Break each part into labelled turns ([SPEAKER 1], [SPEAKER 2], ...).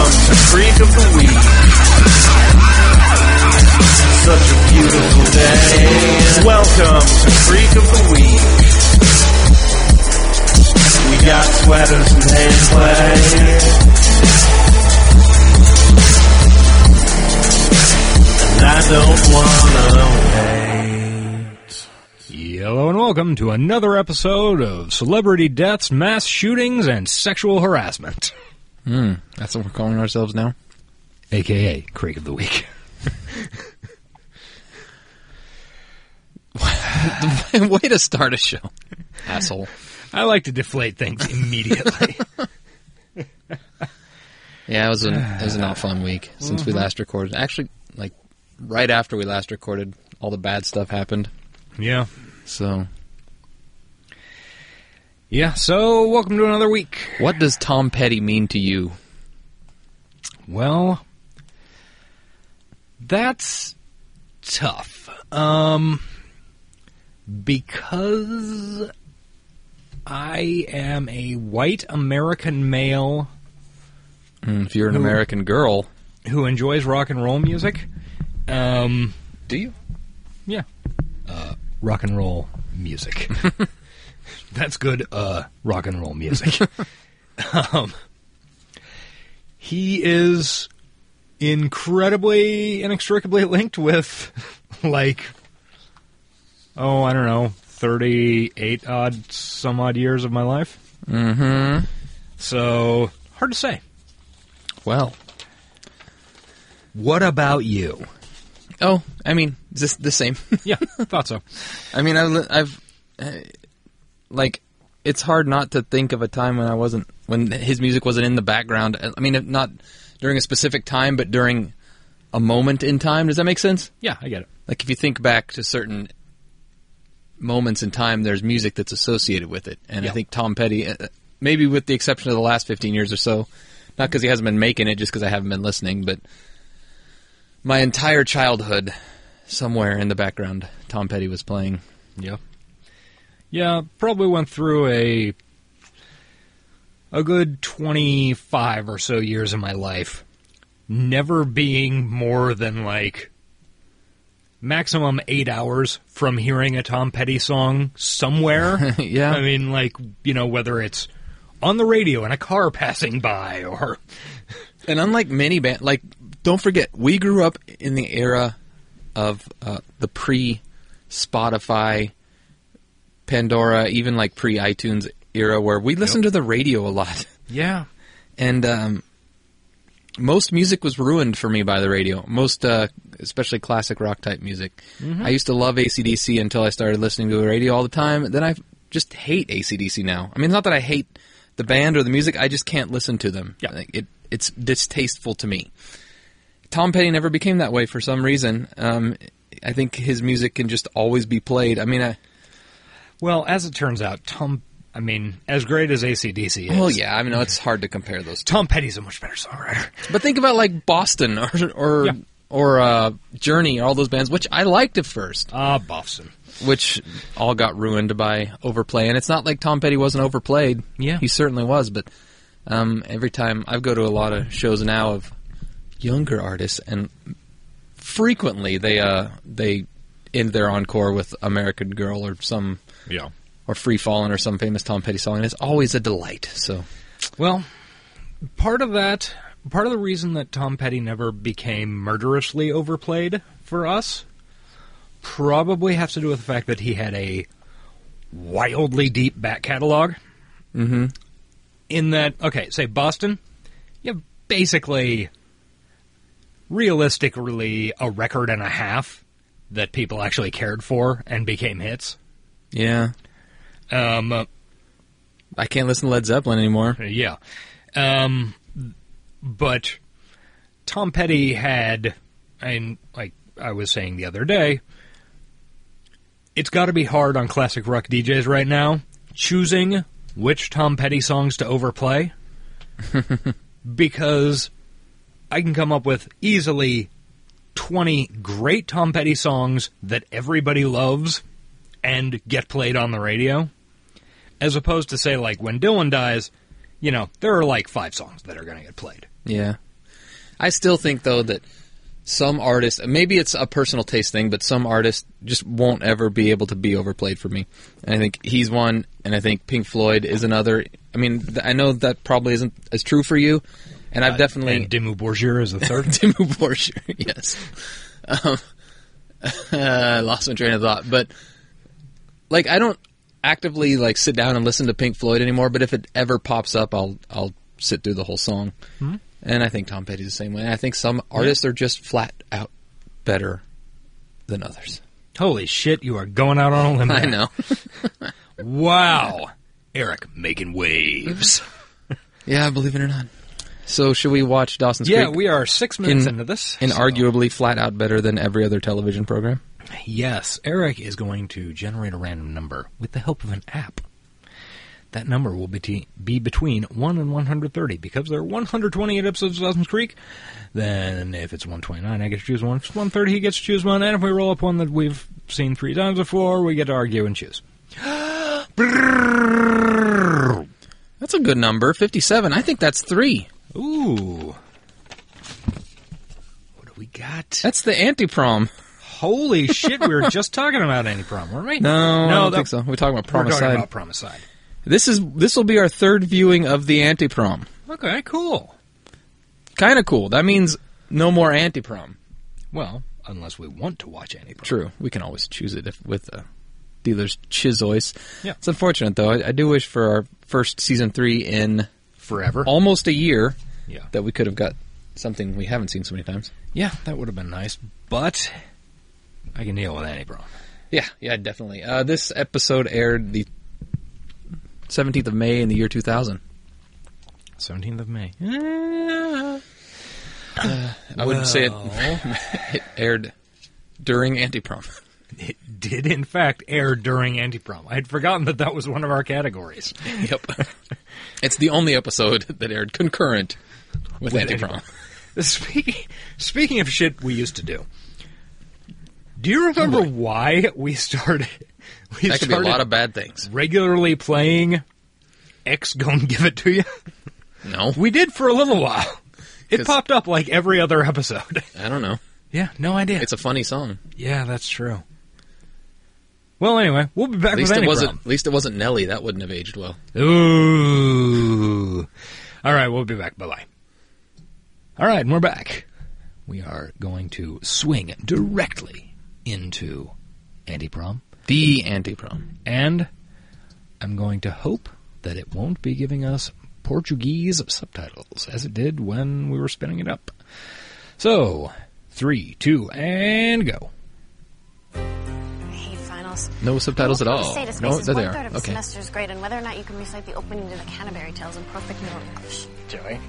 [SPEAKER 1] freak of the week. Such a beautiful day. Welcome to Freak of the Week. We got sweaters and hand play. And I don't wanna wait.
[SPEAKER 2] Hello and welcome to another episode of Celebrity Deaths, Mass Shootings, and Sexual Harassment,
[SPEAKER 3] That's what we're calling ourselves now.
[SPEAKER 2] aka Creek of the Week.
[SPEAKER 3] Way to start a show, asshole.
[SPEAKER 2] I like to deflate things immediately.
[SPEAKER 3] Yeah, it was an it was an not fun week since we last recorded. Actually, like right after we last recorded, all the bad stuff happened.
[SPEAKER 2] yeah.
[SPEAKER 3] So,
[SPEAKER 2] Yeah, so welcome to another week.
[SPEAKER 3] what does Tom Petty mean to you?
[SPEAKER 2] Well, that's tough. Um, because I am a white American male
[SPEAKER 3] Mm, if you're an
[SPEAKER 2] Who-
[SPEAKER 3] American girl,
[SPEAKER 2] who enjoys rock and roll music. Um,
[SPEAKER 3] do you?
[SPEAKER 2] yeah. Uh, rock and roll music. That's good, uh, rock and roll music. um, he is incredibly, inextricably linked with, like, oh, I don't know, 38 odd, some odd years of my life. Mm hmm. So, hard to say.
[SPEAKER 3] Well,
[SPEAKER 2] What about you?
[SPEAKER 3] oh, I mean, is this the same?
[SPEAKER 2] Yeah, thought so.
[SPEAKER 3] I mean, I've, I've uh, like, it's hard not to think of a time when I wasn't when his music wasn't in the background. I mean, if not during a specific time, but during a moment in time. Does that make sense?
[SPEAKER 2] Yeah, I get it.
[SPEAKER 3] Like, if you think back to certain moments in time, there's music that's associated with it, and
[SPEAKER 2] Yeah.
[SPEAKER 3] I think Tom Petty, uh, maybe with the exception of the last 15 years or so, not because he hasn't been making it, just because I haven't been listening, but my entire childhood, somewhere in the background, Tom Petty was playing.
[SPEAKER 2] Yeah. Yeah, probably went through a a good 25 or so years of my life never being more than like maximum 8 hours from hearing a Tom Petty song somewhere.
[SPEAKER 3] Yeah.
[SPEAKER 2] I mean like, you know, whether it's on the radio in a car passing by or
[SPEAKER 3] And unlike many band, like don't forget, we grew up in the era of uh, the pre Spotify, Pandora, even like pre iTunes era, where we listened to the radio a lot,
[SPEAKER 2] yeah.
[SPEAKER 3] and um, most music was ruined for me by the radio. Most, uh, especially classic rock type music. I used to love ACDC until I started listening to the radio all the time. Then I just hate ACDC now. I mean, not that I hate the band or the music, I just can't listen to them.
[SPEAKER 2] Yeah.
[SPEAKER 3] Like, it it's distasteful to me. Tom Petty never became that way for some reason. Um, I think his music can just always be played. I mean, I,
[SPEAKER 2] Well, as it turns out, Tom I mean, as great as ACDC is,
[SPEAKER 3] well, Oh, yeah, I mean, it's hard to compare those two.
[SPEAKER 2] Tom Petty's a much better songwriter.
[SPEAKER 3] But think about like Boston or or
[SPEAKER 2] Yeah.
[SPEAKER 3] or uh, Journey, all those bands, which I liked at first,
[SPEAKER 2] Ah, Bofson.
[SPEAKER 3] which all got ruined by overplay. And it's not like Tom Petty wasn't overplayed.
[SPEAKER 2] Yeah.
[SPEAKER 3] he certainly was. But um, every time I go to a lot of shows now of younger artists, and frequently they uh, they end their encore with "American Girl" or some
[SPEAKER 2] Yeah.
[SPEAKER 3] or "Free Fallin'" or some famous Tom Petty song, and it's always a delight. So
[SPEAKER 2] Well, part of that, part of the reason that Tom Petty never became murderously overplayed for us probably has to do with the fact that he had a wildly deep back catalog. Mm hmm. In that, okay, say Boston, you have basically, realistically, a record and a half that people actually cared for and became hits.
[SPEAKER 3] yeah,
[SPEAKER 2] Um,
[SPEAKER 3] I can't listen to Led Zeppelin anymore.
[SPEAKER 2] Yeah. Um, but Tom Petty had, and like I was saying the other day, it's got to be hard on classic rock DJs right now choosing which Tom Petty songs to overplay because I can come up with easily 20 great Tom Petty songs that everybody loves and get played on the radio as opposed to say like when Dylan dies, you know, there are like five songs that are going to get played.
[SPEAKER 3] Yeah. I still think though that some artists, maybe it's a personal taste thing, but some artists just won't ever be able to be overplayed for me. And I think he's one, and I think Pink Floyd is another. I mean, th- I know that probably isn't as true for you, and I've definitely
[SPEAKER 2] And Dimmu Borgir is the third.
[SPEAKER 3] Dimmu Borgir, yes. Um, I lost my train of thought, but like I don't actively like sit down and listen to Pink Floyd anymore. But if it ever pops up, I'll I'll sit through the whole song. And I think Tom Petty's the same way. I think some artists are just flat out better than others.
[SPEAKER 2] Holy shit, you are going out on a limb.
[SPEAKER 3] I
[SPEAKER 2] there.
[SPEAKER 3] know.
[SPEAKER 2] Wow. Eric making waves.
[SPEAKER 3] yeah, believe it or not. So should we watch Dawson's
[SPEAKER 2] yeah,
[SPEAKER 3] Creek?
[SPEAKER 2] we are six minutes into this.
[SPEAKER 3] and
[SPEAKER 2] so-
[SPEAKER 3] arguably flat out better than every other television program.
[SPEAKER 2] Yes, Eric is going to generate a random number with the help of an app. That number will be, t- be between 1 and 130 because there are 128 episodes of Dawson's Creek. Then, if it's 129, I get to choose one. If it's 130, he gets to choose one. And if we roll up one that we've seen three times before, we get to argue and choose.
[SPEAKER 3] That's a good number, fifty-seven. I think that's three.
[SPEAKER 2] Ooh. What do we got?
[SPEAKER 3] That's the anti-prom.
[SPEAKER 2] Holy shit, we were just talking about any prom, weren't we?
[SPEAKER 3] No, I
[SPEAKER 2] no,
[SPEAKER 3] don't
[SPEAKER 2] that-
[SPEAKER 3] think so. We're talking about
[SPEAKER 2] We're
[SPEAKER 3] promicide.
[SPEAKER 2] talking about promicide.
[SPEAKER 3] This is this will be our third viewing of the anti-prom.
[SPEAKER 2] Okay, cool.
[SPEAKER 3] Kind of cool. That means no more anti-prom.
[SPEAKER 2] Well, unless we want to watch any prom.
[SPEAKER 3] True. We can always choose it if, with a dealer's chisois.
[SPEAKER 2] Yeah.
[SPEAKER 3] It's unfortunate though. I, I do wish for our first season three in
[SPEAKER 2] Forever.
[SPEAKER 3] almost a year
[SPEAKER 2] Yeah.
[SPEAKER 3] that we could have got something we haven't seen so many times.
[SPEAKER 2] Yeah, that would have been nice, but I can deal with any prom.
[SPEAKER 3] Yeah, yeah, definitely. Uh, this episode aired the seventeenth of May in the year two thousand.
[SPEAKER 2] 17th of May.
[SPEAKER 3] Uh, I wouldn't say it,
[SPEAKER 2] Well.
[SPEAKER 3] it aired during anti-prom.
[SPEAKER 2] It did, in fact, air during anti prom. I had forgotten that that was one of our categories.
[SPEAKER 3] yep. It's the only episode that aired concurrent with Anti-Prom.
[SPEAKER 2] Speaking, speaking of shit we used to do, do you remember why we started? We
[SPEAKER 3] That could be a
[SPEAKER 2] started
[SPEAKER 3] lot of bad things.
[SPEAKER 2] regularly playing X Gonna Give It To You?
[SPEAKER 3] No,
[SPEAKER 2] We did for a little while. It
[SPEAKER 3] 'Cause-
[SPEAKER 2] popped up like every other episode.
[SPEAKER 3] I don't know.
[SPEAKER 2] Yeah, no idea.
[SPEAKER 3] It's a funny song.
[SPEAKER 2] Yeah, that's true. Well, anyway, we'll be back with
[SPEAKER 3] At least it
[SPEAKER 2] any
[SPEAKER 3] wasn't. At least it wasn't Nelly. That wouldn't have aged well.
[SPEAKER 2] problem. Ooh. All right, we'll be back. Bye bye. All right, and we're back. We are going to swing directly into anti prom,
[SPEAKER 3] The Anti-Prom.
[SPEAKER 2] and I'm going to hope that it won't be giving us Portuguese subtitles as it did when we were spinning it up. So, three, two, and go.
[SPEAKER 4] I hate finals.
[SPEAKER 3] No subtitles at all.
[SPEAKER 4] Say to
[SPEAKER 3] No,
[SPEAKER 4] spaces
[SPEAKER 3] there they
[SPEAKER 4] one
[SPEAKER 3] are.
[SPEAKER 4] third of a
[SPEAKER 3] Okay.
[SPEAKER 4] semester's grade, and whether or not you can recite the opening to the Canterbury Tales in perfect Middle English.
[SPEAKER 5] Joey,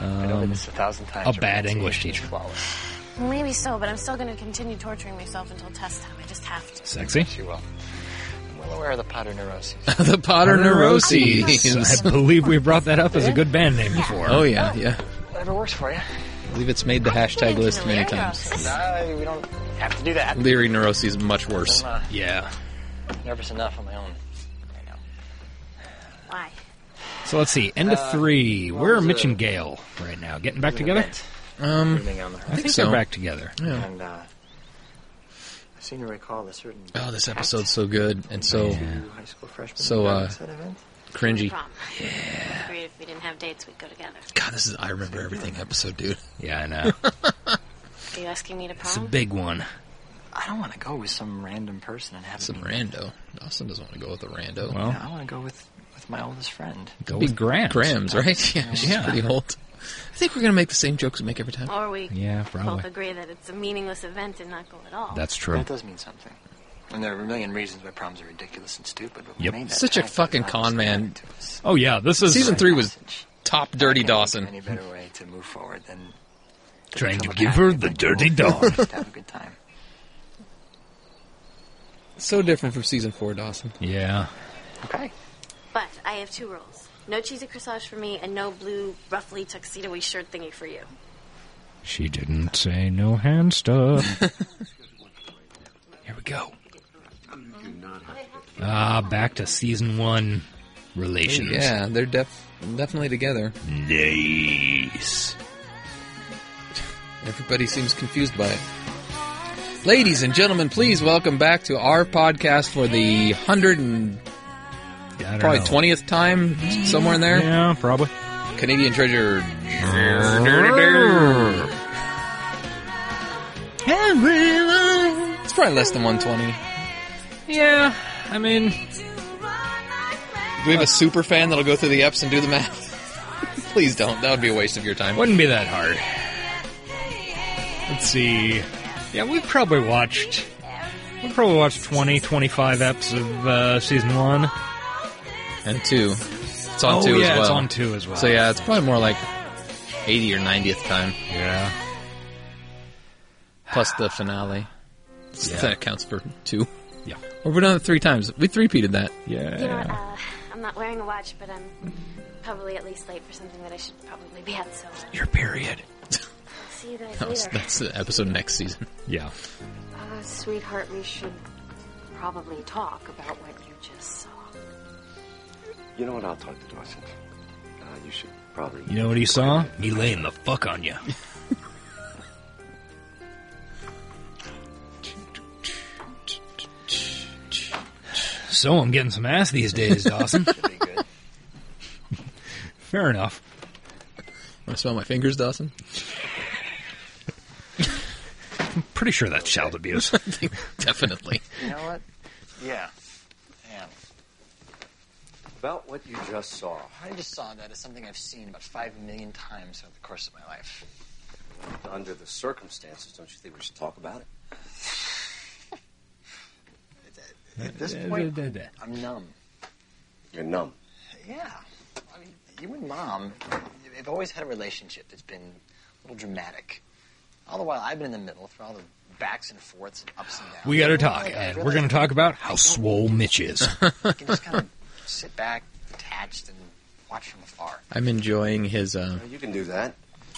[SPEAKER 5] I know that it's a thousand times.
[SPEAKER 2] a bad
[SPEAKER 5] your
[SPEAKER 2] English
[SPEAKER 5] pronunciation is
[SPEAKER 2] teacher.
[SPEAKER 5] Flawless.
[SPEAKER 4] Maybe so, but I'm still going to continue torturing myself until test time. I just have to.
[SPEAKER 2] Sexy.
[SPEAKER 5] She will. I'm well aware of the Potter neuroses.
[SPEAKER 3] the Potter Neuroses.
[SPEAKER 4] Neuroses.
[SPEAKER 2] I believe we brought that up as a good band name before.
[SPEAKER 3] Oh yeah, yeah.
[SPEAKER 5] Whatever works for you.
[SPEAKER 3] I believe it's made the hashtag
[SPEAKER 4] Into
[SPEAKER 3] list many
[SPEAKER 4] delirium.
[SPEAKER 3] times.
[SPEAKER 5] Uh, we don't have to do that.
[SPEAKER 3] Leary neuroses much worse.
[SPEAKER 5] I'm uh,
[SPEAKER 2] yeah.
[SPEAKER 5] nervous enough on my own right now.
[SPEAKER 4] Why?
[SPEAKER 2] So let's see. End
[SPEAKER 3] Uh,
[SPEAKER 2] of three.
[SPEAKER 5] what
[SPEAKER 2] Where are
[SPEAKER 5] was
[SPEAKER 2] Mitch
[SPEAKER 5] it?
[SPEAKER 2] and Gail right now? Getting back
[SPEAKER 5] It was an
[SPEAKER 2] together?
[SPEAKER 5] event
[SPEAKER 3] Um,
[SPEAKER 5] evening on the
[SPEAKER 2] I think
[SPEAKER 5] horizon,
[SPEAKER 3] so.
[SPEAKER 2] they're back together.
[SPEAKER 5] And uh, I seem to recall a certain.
[SPEAKER 3] oh, this episode's so good and so
[SPEAKER 5] Two high school freshmen.
[SPEAKER 3] So,
[SPEAKER 5] who
[SPEAKER 3] uh,
[SPEAKER 5] went to that event.
[SPEAKER 3] cringy.
[SPEAKER 4] Prom. Yeah. Agreed if we didn't have dates, we'd go together.
[SPEAKER 3] God, this is I remember everything episode, dude.
[SPEAKER 2] Yeah, I know.
[SPEAKER 4] Are you asking me to
[SPEAKER 2] It's a
[SPEAKER 4] prom?
[SPEAKER 2] big one.
[SPEAKER 5] I don't want to go with some random person and have
[SPEAKER 3] Some
[SPEAKER 5] it be-
[SPEAKER 3] rando. Dawson doesn't want to go with a rando.
[SPEAKER 2] Well,
[SPEAKER 5] No, I want to go with with my oldest friend.
[SPEAKER 2] go with Grant.
[SPEAKER 3] Grams, right? Yeah, she's
[SPEAKER 2] Yeah.
[SPEAKER 3] pretty old. I think we're gonna make the same jokes we make every time.
[SPEAKER 4] Or we
[SPEAKER 2] Yeah, probably.
[SPEAKER 4] both agree that it's a meaningless event and not go at all.
[SPEAKER 2] That's true.
[SPEAKER 5] That does mean something. And there are a million reasons why proms are ridiculous and stupid. But we
[SPEAKER 2] Yep.
[SPEAKER 5] made that
[SPEAKER 3] Such a
[SPEAKER 5] pact,
[SPEAKER 3] fucking
[SPEAKER 5] it's
[SPEAKER 3] con
[SPEAKER 5] obviously
[SPEAKER 3] man.
[SPEAKER 5] matter to us.
[SPEAKER 2] Oh, yeah. This is
[SPEAKER 3] Season three was
[SPEAKER 5] Hostage.
[SPEAKER 3] top
[SPEAKER 5] I
[SPEAKER 3] dirty
[SPEAKER 5] can't think of
[SPEAKER 3] Dawson.
[SPEAKER 5] Any better way to move forward than
[SPEAKER 2] trying to
[SPEAKER 5] become a
[SPEAKER 2] give
[SPEAKER 5] pact
[SPEAKER 2] her
[SPEAKER 5] and
[SPEAKER 2] the
[SPEAKER 5] then
[SPEAKER 2] dirty
[SPEAKER 5] go
[SPEAKER 2] dog.
[SPEAKER 5] to have a good time.
[SPEAKER 3] So different from season four Dawson.
[SPEAKER 2] yeah.
[SPEAKER 5] Okay.
[SPEAKER 4] But I have two rules. No cheesy corsage for me, and no blue, ruffly, tuxedo-y shirt thingy for you.
[SPEAKER 2] She didn't say no hand stuff. Here we go. Ah, back to season one relations.
[SPEAKER 3] Yeah, they're def- definitely together.
[SPEAKER 2] Nice.
[SPEAKER 3] Everybody seems confused by it. Ladies and gentlemen, please welcome back to our podcast for the hundred and
[SPEAKER 2] Yeah, I don't
[SPEAKER 3] probably
[SPEAKER 2] know.
[SPEAKER 3] twentieth time, somewhere in there.
[SPEAKER 2] Yeah, probably.
[SPEAKER 3] Canadian Treasure. It's probably less than one twenty.
[SPEAKER 2] Yeah, I mean,
[SPEAKER 3] Do we have a super fan that'll go through the eps and do the math? Please don't. That would be a waste of your time.
[SPEAKER 2] wouldn't be that hard. Let's see. Yeah, we've probably watched. We probably watched 20, 25 eps of uh, season one.
[SPEAKER 3] And two. It's on
[SPEAKER 2] oh,
[SPEAKER 3] two
[SPEAKER 2] yeah,
[SPEAKER 3] as well.
[SPEAKER 2] it's on two as well.
[SPEAKER 3] So yeah, it's probably more like eighty or ninetieth time.
[SPEAKER 2] Yeah.
[SPEAKER 3] Plus the finale. So
[SPEAKER 2] Yeah.
[SPEAKER 3] That accounts for two.
[SPEAKER 2] Yeah.
[SPEAKER 3] Or we've done it three times. We three-peated that.
[SPEAKER 2] Yeah.
[SPEAKER 4] You know what? Uh, I'm not wearing a watch, but I'm probably at least late for something that I should probably be at. So
[SPEAKER 2] Your period.
[SPEAKER 4] I'll see you guys
[SPEAKER 3] That was-
[SPEAKER 4] later.
[SPEAKER 3] that's the episode next season.
[SPEAKER 2] Yeah.
[SPEAKER 6] Uh, sweetheart, we should probably talk about what you just saw.
[SPEAKER 7] You know what? I'll talk to Dawson. Uh, you should probably.
[SPEAKER 2] You know what he saw? Me laying the fuck on you. so I'm getting some ass these days, Dawson.
[SPEAKER 7] Be good.
[SPEAKER 2] Fair enough.
[SPEAKER 3] Want to smell my fingers, Dawson?
[SPEAKER 2] Pretty sure that's child abuse.
[SPEAKER 3] Definitely.
[SPEAKER 5] You know what? Yeah. Yeah.
[SPEAKER 7] About what you just saw.
[SPEAKER 5] I just saw that as something I've seen about five million times over the course of my life.
[SPEAKER 7] Under the circumstances, don't you think we should talk about it?
[SPEAKER 5] At this point, I'm numb.
[SPEAKER 7] You're numb.
[SPEAKER 5] Yeah. I mean, you and Mom, they've always had a relationship that's been a little dramatic. All the while, I've been in the middle through all the backs and forths and ups and downs.
[SPEAKER 2] We got to talk, and we're going to talk about how swole Mitch is.
[SPEAKER 5] You can just kind of sit back, detached, and watch from afar.
[SPEAKER 3] I'm enjoying his uh,
[SPEAKER 7] Now, You can do that.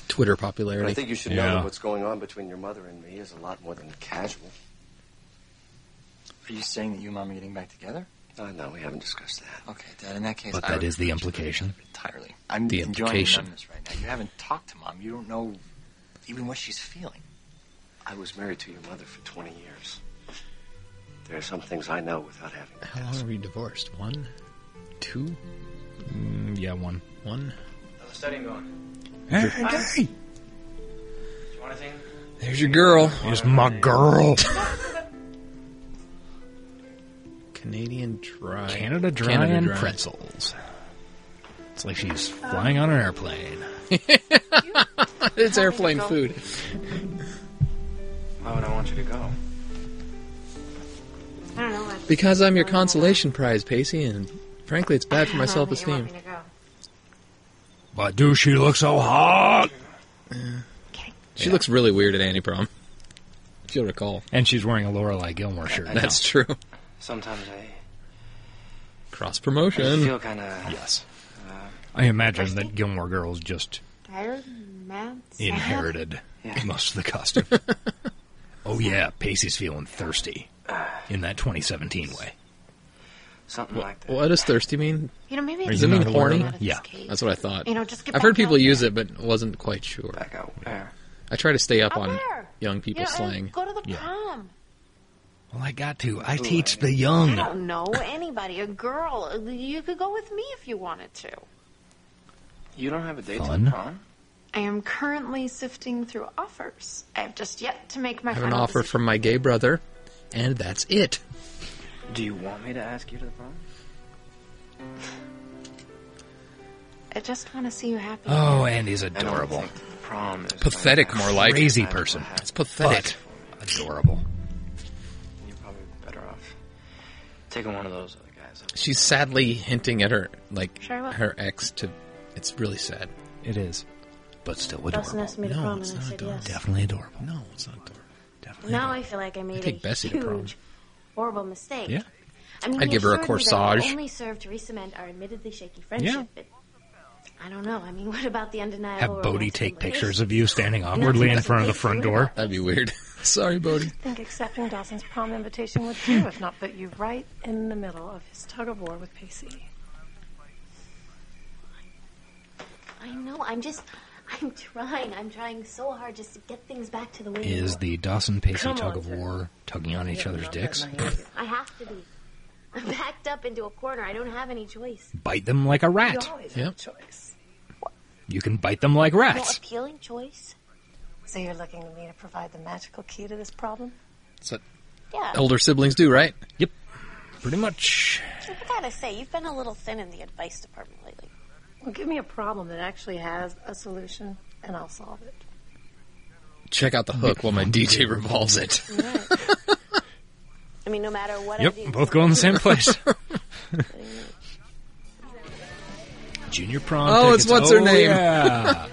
[SPEAKER 3] Twitter
[SPEAKER 7] But I
[SPEAKER 3] popularity.
[SPEAKER 7] think you should
[SPEAKER 2] Yeah.
[SPEAKER 7] know that what's going on between your mother and me is a lot more than casual.
[SPEAKER 5] Are you saying that you and Mom are getting back together?
[SPEAKER 7] Uh, no, we haven't discussed that.
[SPEAKER 5] Okay, Dad. In that case,
[SPEAKER 2] But
[SPEAKER 5] I
[SPEAKER 2] that
[SPEAKER 5] would
[SPEAKER 2] is the
[SPEAKER 5] appreciate
[SPEAKER 2] implication.
[SPEAKER 5] it Entirely. I'm
[SPEAKER 3] The
[SPEAKER 5] enjoying
[SPEAKER 3] implication.
[SPEAKER 5] numbness right now. You haven't talked to Mom. You don't know even what she's feeling.
[SPEAKER 7] I was married to your mother for 20 years. There are some things I know without having to
[SPEAKER 3] How long
[SPEAKER 7] ask.
[SPEAKER 3] are we divorced? One, two,
[SPEAKER 2] Mm, yeah, one.
[SPEAKER 3] one.
[SPEAKER 8] How's the studying going? Do you want anything?
[SPEAKER 3] There's your girl.
[SPEAKER 2] Is my girl.
[SPEAKER 3] Canadian dry.
[SPEAKER 2] Canada Dry
[SPEAKER 3] Canada
[SPEAKER 2] and
[SPEAKER 3] Dry.
[SPEAKER 2] pretzels. It's like she's flying on an airplane.
[SPEAKER 3] It's airplane food.
[SPEAKER 8] Why would I want you to go?
[SPEAKER 6] I don't know. What,
[SPEAKER 3] Because I'm your consolation prize, Pacey, and frankly, it's bad for my
[SPEAKER 6] I don't
[SPEAKER 3] self
[SPEAKER 6] think you want
[SPEAKER 3] esteem.
[SPEAKER 6] me to go.
[SPEAKER 2] But do she look so hot?
[SPEAKER 3] She looks really weird at Annie Prom. If you'll recall.
[SPEAKER 2] And she's wearing a Lorelai Gilmore shirt. now.
[SPEAKER 3] That's true.
[SPEAKER 8] Sometimes I
[SPEAKER 3] Cross promotion.
[SPEAKER 8] feel kind of.
[SPEAKER 2] yes. I imagine that Gilmore Girls just
[SPEAKER 6] Tired, mad, sad?
[SPEAKER 2] inherited most of the costume. oh yeah, Pacey's feeling thirsty in that 2017 way.
[SPEAKER 8] Something like that.
[SPEAKER 3] What does thirsty mean?
[SPEAKER 6] You know, maybe
[SPEAKER 2] Are
[SPEAKER 6] it's
[SPEAKER 2] you
[SPEAKER 6] not
[SPEAKER 3] not
[SPEAKER 6] to
[SPEAKER 3] horny?
[SPEAKER 6] get out of this
[SPEAKER 2] Yeah.
[SPEAKER 6] cage.
[SPEAKER 3] That's what I thought.
[SPEAKER 6] You know, just get
[SPEAKER 3] I've
[SPEAKER 6] back out
[SPEAKER 3] heard people
[SPEAKER 6] there.
[SPEAKER 3] use it, but wasn't quite sure.
[SPEAKER 8] Back out where?
[SPEAKER 3] I try to stay up
[SPEAKER 6] Out
[SPEAKER 3] on
[SPEAKER 6] there.
[SPEAKER 3] young
[SPEAKER 6] You
[SPEAKER 3] people
[SPEAKER 6] know,
[SPEAKER 3] slang.
[SPEAKER 6] and go to the
[SPEAKER 2] Yeah.
[SPEAKER 6] prom.
[SPEAKER 2] Well, I got to. I teach the
[SPEAKER 6] I
[SPEAKER 2] young.
[SPEAKER 6] don't know anybody. A girl. You could go with me if you wanted to.
[SPEAKER 8] You don't have a date
[SPEAKER 2] Fun.
[SPEAKER 8] to the prom?
[SPEAKER 6] I am currently sifting through offers. I have just yet to make my
[SPEAKER 3] I have an
[SPEAKER 6] final
[SPEAKER 3] offer
[SPEAKER 6] decision.
[SPEAKER 3] from my gay brother,
[SPEAKER 8] Oh
[SPEAKER 3] and that's it.
[SPEAKER 8] Do you want me to ask you to the prom?
[SPEAKER 6] I just want to see you happy.
[SPEAKER 2] Oh, Andy's
[SPEAKER 8] I don't
[SPEAKER 2] adorable.
[SPEAKER 8] think the prom is
[SPEAKER 3] Pathetic, more like.
[SPEAKER 2] Crazy person.
[SPEAKER 3] It's pathetic.
[SPEAKER 2] But adorable.
[SPEAKER 8] You're probably better off taking one of those other guys. Up.
[SPEAKER 3] She's sadly hinting at her, like
[SPEAKER 6] Sure I will.
[SPEAKER 3] her ex. To it's really sad.
[SPEAKER 2] It is. But still
[SPEAKER 4] Dawson
[SPEAKER 2] adorable.
[SPEAKER 4] asked me to
[SPEAKER 3] No,
[SPEAKER 4] prom, and I
[SPEAKER 3] it's not
[SPEAKER 4] said
[SPEAKER 3] adorable.
[SPEAKER 4] yes.
[SPEAKER 2] Definitely adorable.
[SPEAKER 3] No, it's not. adorable.
[SPEAKER 2] Definitely.
[SPEAKER 4] Now I feel like I made
[SPEAKER 3] take
[SPEAKER 4] a
[SPEAKER 3] Bessie to prom.
[SPEAKER 4] huge, horrible mistake.
[SPEAKER 2] Yeah.
[SPEAKER 4] I mean,
[SPEAKER 3] I'd
[SPEAKER 4] he
[SPEAKER 3] give her a
[SPEAKER 4] assured me that it
[SPEAKER 3] corsage.
[SPEAKER 4] Only served to recement our admittedly shaky friendship.
[SPEAKER 2] Yeah.
[SPEAKER 4] But I don't know. I mean, what about the undeniable?
[SPEAKER 2] Have Bodie
[SPEAKER 4] romance
[SPEAKER 2] take
[SPEAKER 4] and bliss?
[SPEAKER 2] pictures of you standing awkwardly in front of the front door.
[SPEAKER 3] That'd be weird. Sorry, Bodie.
[SPEAKER 9] think accepting Dawson's prom invitation would do, if not put you right in the middle of his tug of war with Pacey.
[SPEAKER 4] I know. I'm just. I I'm trying. I'm trying so hard just to get things back to the way they
[SPEAKER 2] Is
[SPEAKER 4] were.
[SPEAKER 2] the Dawson Pacey
[SPEAKER 9] Come
[SPEAKER 2] tug
[SPEAKER 9] on,
[SPEAKER 2] of
[SPEAKER 9] Ted.
[SPEAKER 2] war tugging on each other's dicks?
[SPEAKER 4] I have to be. I'm backed up into a corner. I don't have any choice.
[SPEAKER 2] Bite them like a
[SPEAKER 9] You
[SPEAKER 2] rat.
[SPEAKER 9] always
[SPEAKER 3] Yep.
[SPEAKER 9] have a choice.
[SPEAKER 2] You can bite them like
[SPEAKER 4] No
[SPEAKER 2] rats.
[SPEAKER 4] appealing choice.
[SPEAKER 9] So you're looking to me to provide the magical key to this problem?
[SPEAKER 3] That's what
[SPEAKER 4] Yeah.
[SPEAKER 3] elder siblings do, right?
[SPEAKER 2] Pretty much.
[SPEAKER 4] I gotta say, you've been a little thin in the advice department lately.
[SPEAKER 9] Well, give me a problem that actually has a solution, and I'll solve it.
[SPEAKER 3] Check out the hook while my DJ revolves it.
[SPEAKER 4] I mean, no matter what
[SPEAKER 2] Yep,
[SPEAKER 4] I do.
[SPEAKER 2] both go in the same place. Junior prom.
[SPEAKER 3] Oh,
[SPEAKER 2] tickets.
[SPEAKER 3] it's what's her
[SPEAKER 2] Oh,
[SPEAKER 3] name.
[SPEAKER 2] yeah.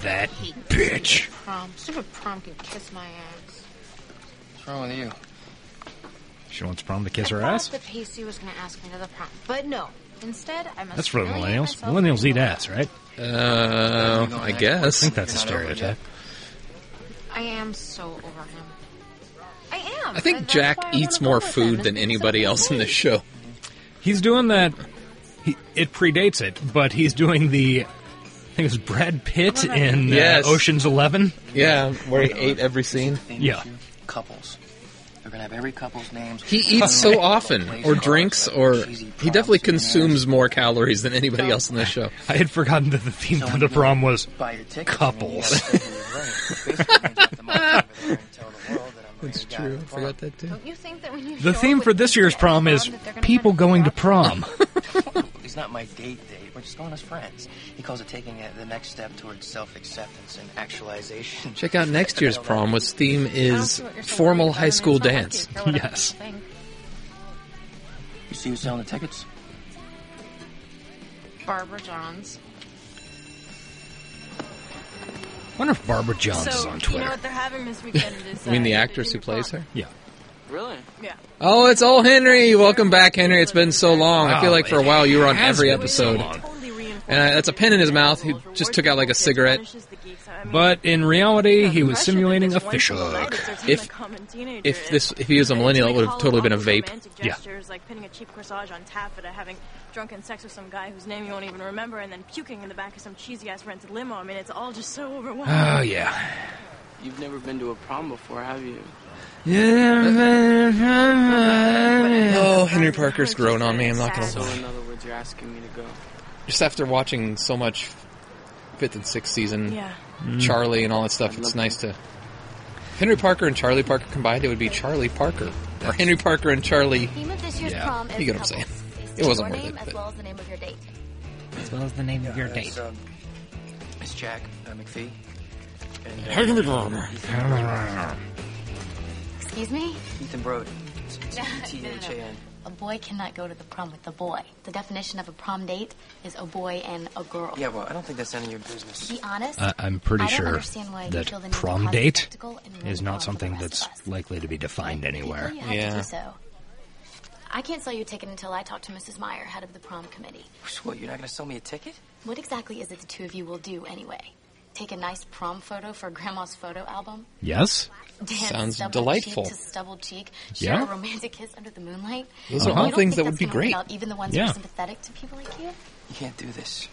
[SPEAKER 2] that bitch.
[SPEAKER 10] Prom. Stupid prom can kiss my ass.
[SPEAKER 8] What's wrong with you?
[SPEAKER 2] She wants prom to kiss her
[SPEAKER 10] I thought
[SPEAKER 2] ass.
[SPEAKER 10] the PC was going to ask me to the prom, but no. Instead, I must.
[SPEAKER 2] That's for the
[SPEAKER 10] humiliate
[SPEAKER 2] millennials.
[SPEAKER 10] myself
[SPEAKER 2] Millennials eat ass, right?
[SPEAKER 3] Uh, I
[SPEAKER 2] I
[SPEAKER 3] guess.
[SPEAKER 2] think that's a stereotype.
[SPEAKER 10] I am so over him. I am.
[SPEAKER 3] I think
[SPEAKER 10] and that's
[SPEAKER 3] Jack
[SPEAKER 10] why I wanna
[SPEAKER 3] eats
[SPEAKER 10] go
[SPEAKER 3] more
[SPEAKER 10] with him.
[SPEAKER 3] food
[SPEAKER 10] It's
[SPEAKER 3] than
[SPEAKER 10] so
[SPEAKER 3] anybody else in this show.
[SPEAKER 2] He's doing that. He, it predates it, but he's doing the. I think it was Brad Pitt in uh,
[SPEAKER 3] Yes.
[SPEAKER 2] Ocean's Eleven.
[SPEAKER 3] Yeah, where he ate every scene.
[SPEAKER 2] Yeah.
[SPEAKER 8] Couples. They're gonna have every couple's names.
[SPEAKER 3] He eats so often, or drinks, or he definitely consumes more calories than anybody else in this show.
[SPEAKER 2] I had forgotten that the theme for the prom was
[SPEAKER 8] Buy your ticket.
[SPEAKER 2] couples.
[SPEAKER 3] That's true. I forgot that too.
[SPEAKER 10] Don't you think that when you
[SPEAKER 2] The
[SPEAKER 10] show
[SPEAKER 2] theme
[SPEAKER 10] up
[SPEAKER 2] for
[SPEAKER 10] with
[SPEAKER 2] this year's
[SPEAKER 10] people at
[SPEAKER 2] prom is
[SPEAKER 10] that they're gonna
[SPEAKER 2] people
[SPEAKER 10] find a
[SPEAKER 2] going to
[SPEAKER 10] problem?
[SPEAKER 2] prom.
[SPEAKER 8] He's not my date date. We're just going as friends. He calls it taking it the next step towards self-acceptance and actualization.
[SPEAKER 3] Check out next year's prom, which theme
[SPEAKER 10] I don't
[SPEAKER 3] is
[SPEAKER 10] see what you're so
[SPEAKER 3] formal
[SPEAKER 10] worried about. I
[SPEAKER 3] high
[SPEAKER 10] mean,
[SPEAKER 3] school
[SPEAKER 10] it's not like
[SPEAKER 3] dance.
[SPEAKER 10] you care what other
[SPEAKER 2] Yes.
[SPEAKER 10] people think.
[SPEAKER 8] You see who's selling the tickets?
[SPEAKER 10] Barbara Johns.
[SPEAKER 2] wonder if Barbara Johns is
[SPEAKER 11] so,
[SPEAKER 2] on
[SPEAKER 11] you know
[SPEAKER 2] Twitter.
[SPEAKER 11] what they're having this weekend is.
[SPEAKER 3] I mean, the
[SPEAKER 11] uh,
[SPEAKER 3] actress who
[SPEAKER 11] Junior
[SPEAKER 3] plays
[SPEAKER 11] prom.
[SPEAKER 3] her.
[SPEAKER 2] Yeah.
[SPEAKER 11] Really? Yeah.
[SPEAKER 3] Oh, it's all Henry. Welcome back, Henry. It's been so long. I feel
[SPEAKER 2] Wow,
[SPEAKER 3] like for a
[SPEAKER 2] it
[SPEAKER 3] while you were on
[SPEAKER 2] has
[SPEAKER 3] every
[SPEAKER 2] been so
[SPEAKER 3] episode.
[SPEAKER 2] long.
[SPEAKER 11] And
[SPEAKER 3] And uh, that's a pen in his mouth. He just took out like a cigarette.
[SPEAKER 2] But in reality, he was simulating a fish hook.
[SPEAKER 3] If-
[SPEAKER 11] If
[SPEAKER 3] If this, if he was a millennial, it would have totally been a vape.
[SPEAKER 2] Yeah.
[SPEAKER 11] Gestures, like pinning a cheap corsage on taffeta, having drunken sex with some guy whose name you won't even remember, and then puking in the back of some cheesy ass rented limo. I mean, it's all just so overwhelming.
[SPEAKER 4] Ah,
[SPEAKER 2] Oh yeah.
[SPEAKER 8] You've never been to a prom before, have you?
[SPEAKER 3] Oh, Henry Parker's grown on me. I'm not gonna
[SPEAKER 11] So
[SPEAKER 3] lie.
[SPEAKER 8] in other words, you're asking me to go.
[SPEAKER 3] Just after watching so much fifth and sixth season,
[SPEAKER 11] yeah.
[SPEAKER 2] Mm.
[SPEAKER 3] Charlie and all that stuff, it's nice to. Henry Parker and Charlie Parker combined, it would be Charlie Parker. Or Henry Parker and Charlie.
[SPEAKER 4] Theme of this year's
[SPEAKER 2] Yeah,
[SPEAKER 4] prom um, is
[SPEAKER 3] you get what I'm
[SPEAKER 4] couples.
[SPEAKER 3] saying.
[SPEAKER 4] They
[SPEAKER 3] It
[SPEAKER 4] state
[SPEAKER 3] wasn't
[SPEAKER 4] your
[SPEAKER 3] worth
[SPEAKER 4] name
[SPEAKER 3] it,
[SPEAKER 4] as
[SPEAKER 3] but-
[SPEAKER 4] well as the name of your date.
[SPEAKER 3] As well as the name of your
[SPEAKER 8] It's, um, it's Jack uh, McPhee. And, uh,
[SPEAKER 10] Excuse me.
[SPEAKER 8] Ethan Brody. It's- it's T-H-A-N.
[SPEAKER 4] A boy cannot go to the prom with a boy. The definition of a prom
[SPEAKER 2] Uh,
[SPEAKER 4] date is a boy and a girl.
[SPEAKER 8] Yeah, well, I don't think that's none of your business.
[SPEAKER 4] Be honest.
[SPEAKER 2] I- I'm pretty
[SPEAKER 4] I don't
[SPEAKER 2] sure
[SPEAKER 4] understand why you
[SPEAKER 2] that
[SPEAKER 4] feel the need to
[SPEAKER 2] prom
[SPEAKER 4] cause a
[SPEAKER 2] date
[SPEAKER 4] spectacle and ruin
[SPEAKER 2] is
[SPEAKER 4] the prom
[SPEAKER 2] not
[SPEAKER 4] for
[SPEAKER 2] something
[SPEAKER 4] the rest
[SPEAKER 2] that's
[SPEAKER 4] of us.
[SPEAKER 2] likely to be defined anywhere.
[SPEAKER 4] Well, you have
[SPEAKER 3] Yeah.
[SPEAKER 4] to do so. I can't sell you a ticket until I talk to Mrs. Meyer, head of the prom committee.
[SPEAKER 8] What, you're not going to sell me a ticket?
[SPEAKER 4] What exactly is it the two of you will do anyway? Take a nice prom photo for Grandma's photo album?
[SPEAKER 2] Yes.
[SPEAKER 4] Dance
[SPEAKER 3] Sounds
[SPEAKER 4] stubble
[SPEAKER 3] delightful.
[SPEAKER 4] Cheek to stubble cheek. Share
[SPEAKER 2] Yeah.
[SPEAKER 4] a romantic kiss under the moonlight.
[SPEAKER 3] Those are
[SPEAKER 4] You
[SPEAKER 3] all
[SPEAKER 4] don't think
[SPEAKER 3] things that would
[SPEAKER 4] that's
[SPEAKER 3] be
[SPEAKER 4] gonna
[SPEAKER 3] great.
[SPEAKER 4] help Even the ones who
[SPEAKER 2] Yeah.
[SPEAKER 4] are sympathetic to people like you.
[SPEAKER 8] You can't do this.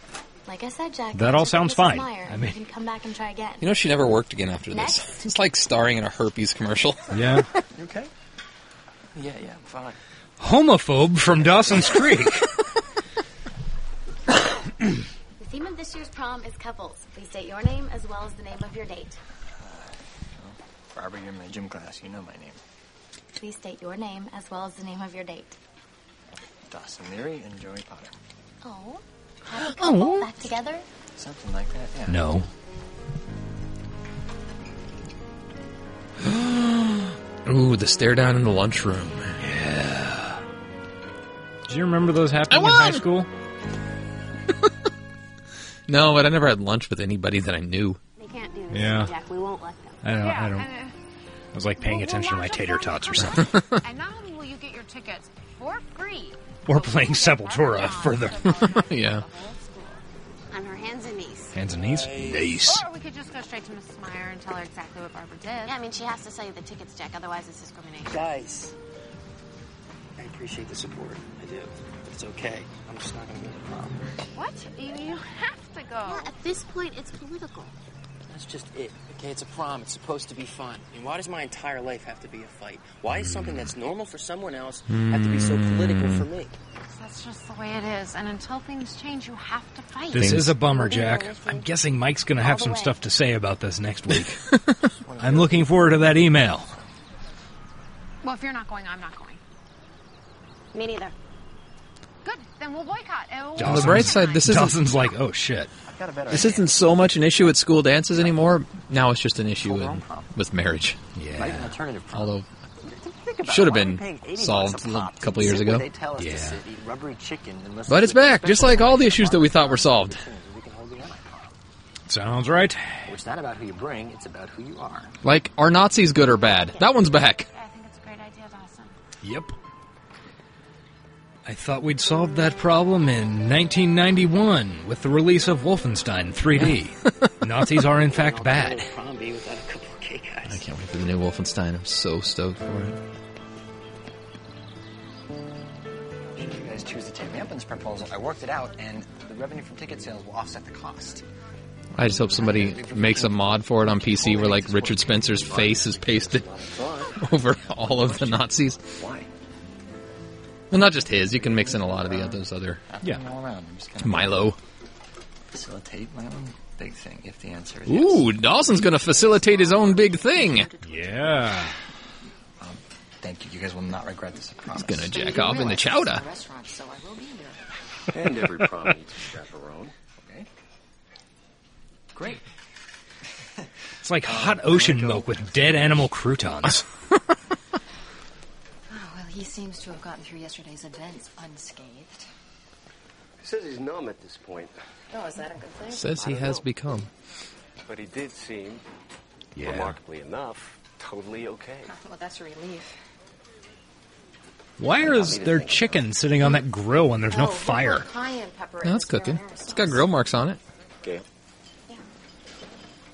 [SPEAKER 4] Like I said, Jack.
[SPEAKER 2] That all
[SPEAKER 4] answer to
[SPEAKER 2] sounds
[SPEAKER 4] Mrs.
[SPEAKER 2] fine.
[SPEAKER 4] Meyer.
[SPEAKER 2] I mean-
[SPEAKER 4] you can come back and try again.
[SPEAKER 3] You know, she never worked again after this.
[SPEAKER 4] Next.
[SPEAKER 3] It's like starring in a herpes commercial.
[SPEAKER 2] Yeah.
[SPEAKER 8] You okay? Yeah, yeah, I'm fine.
[SPEAKER 2] Homophobe from Dawson's Creek.
[SPEAKER 4] the theme of this year's prom is couples. Please state your name as well as the name of your date.
[SPEAKER 8] Barbara, you're in my gym class. You know my name.
[SPEAKER 4] Please state your name as well as the name of your date.
[SPEAKER 8] Dawson Leary and Joey Potter.
[SPEAKER 4] Oh. Happy couple
[SPEAKER 2] Oh.
[SPEAKER 4] back together?
[SPEAKER 8] Something like that, yeah.
[SPEAKER 2] no.
[SPEAKER 3] Ooh, the stare down in the lunchroom.
[SPEAKER 2] Do you remember those happening in high school?
[SPEAKER 3] No, but I never had lunch with anybody that I knew.
[SPEAKER 10] They can't do
[SPEAKER 2] this, Yeah.
[SPEAKER 10] Jack. We won't let them.
[SPEAKER 2] I don't.
[SPEAKER 10] Yeah,
[SPEAKER 2] I don't.
[SPEAKER 10] and, uh,
[SPEAKER 2] I was like paying
[SPEAKER 10] we'll-
[SPEAKER 2] attention to
[SPEAKER 10] we'll
[SPEAKER 2] my
[SPEAKER 10] watch a
[SPEAKER 2] tater
[SPEAKER 10] prom
[SPEAKER 2] tots or
[SPEAKER 10] with
[SPEAKER 2] something.
[SPEAKER 10] couples, and not only will you get your tickets for free, but
[SPEAKER 2] Or
[SPEAKER 10] we'll
[SPEAKER 2] playing
[SPEAKER 10] get
[SPEAKER 2] Sepultura
[SPEAKER 10] Barbara
[SPEAKER 2] for the-
[SPEAKER 10] Johns to volunteer for
[SPEAKER 3] Yeah.
[SPEAKER 10] the whole school. On her hands and knees.
[SPEAKER 2] Hands and knees. Nice.
[SPEAKER 10] Or we could just go straight to Mrs. Meyer and tell her exactly what Barbara did.
[SPEAKER 11] Yeah, I mean, she has to sell you the tickets, Jack. Otherwise, it's discrimination.
[SPEAKER 8] Guys, I appreciate the support. I do. But it's okay. I'm just not going to be the problem.
[SPEAKER 10] What? You, you have ago.
[SPEAKER 4] at this point, it's political.
[SPEAKER 8] That's just it. Okay, it's a prom. It's supposed to be fun. And why does my entire life have to be a fight? Why is something that's normal for someone else have to be so political for me?
[SPEAKER 10] That's just the way it is. And until things change, you have to fight.
[SPEAKER 2] This is a bummer, Jack. I'm guessing Mike's going to have some stuff to say about this next week. I'm looking forward to that email.
[SPEAKER 10] Well, if you're not going, I'm not going.
[SPEAKER 4] Me neither.
[SPEAKER 10] Good. Then we'll boycott. Oh,
[SPEAKER 3] On the bright side, this isn't.
[SPEAKER 2] Dawson's like, oh shit.
[SPEAKER 3] This isn't so much an issue at school dances anymore. Now it's just an issue in, with marriage.
[SPEAKER 5] an alternative
[SPEAKER 3] Although,
[SPEAKER 5] Think about
[SPEAKER 3] should
[SPEAKER 5] it.
[SPEAKER 3] have
[SPEAKER 5] Why are we
[SPEAKER 3] been
[SPEAKER 5] paying 80 bucks
[SPEAKER 3] solved
[SPEAKER 5] a
[SPEAKER 3] a
[SPEAKER 5] pop?
[SPEAKER 3] couple years
[SPEAKER 5] Sit
[SPEAKER 3] ago.
[SPEAKER 5] where They tell us to
[SPEAKER 3] Yeah.
[SPEAKER 5] sit, eat rubbery chicken unless
[SPEAKER 3] But it's back, just like all the issues that we thought were solved.
[SPEAKER 2] Sounds right.
[SPEAKER 5] It's not about who you bring; it's about who you are.
[SPEAKER 3] Like, are Nazis good or bad? That one's back.
[SPEAKER 2] Yep. I thought we'd solved that problem in 1991 with the release of Wolfenstein 3D. Nazis are in fact bad.
[SPEAKER 8] Prom be without a couple of cake eyes.
[SPEAKER 3] I can't wait for the new Wolfenstein. I'm so stoked for it.
[SPEAKER 5] Should you guys choose to take me up on this proposal, I worked it out, and the revenue from ticket sales will offset the cost.
[SPEAKER 3] I just hope somebody makes a mod for it on PC where like Richard Spencer's face is pasted over all of the Nazis.
[SPEAKER 5] Why?
[SPEAKER 3] Well, not just his. You can mix in a lot of the others other.
[SPEAKER 5] Yeah. Uh, All around. I'm just gonna
[SPEAKER 3] Milo.
[SPEAKER 5] facilitate my own big thing if the answer is yes.
[SPEAKER 3] Ooh, Dawson's gonna facilitate his own big thing.
[SPEAKER 2] Yeah.
[SPEAKER 5] Thank you. You guys will not regret this. I promise.
[SPEAKER 3] gonna jack off in the chowder.
[SPEAKER 6] Restaurant, so I will be there.
[SPEAKER 7] And every prom needs a chaperone.
[SPEAKER 5] Okay. Great.
[SPEAKER 2] It's like hot ocean milk with dead animal croutons.
[SPEAKER 6] Oh, well, he seems to have gotten through yesterday's events unscathed.
[SPEAKER 7] He says he's numb at this point,
[SPEAKER 6] Oh, is that a good thing?
[SPEAKER 3] Says he has become.
[SPEAKER 7] but he did seem, remarkably enough, totally okay.
[SPEAKER 6] Well, that's a relief.
[SPEAKER 2] Why is there chicken sitting on that grill when there's
[SPEAKER 4] Oh,
[SPEAKER 2] no fire?
[SPEAKER 6] Cayenne pepper.
[SPEAKER 3] No, it's cooking. It's got grill marks on it.
[SPEAKER 7] Gail.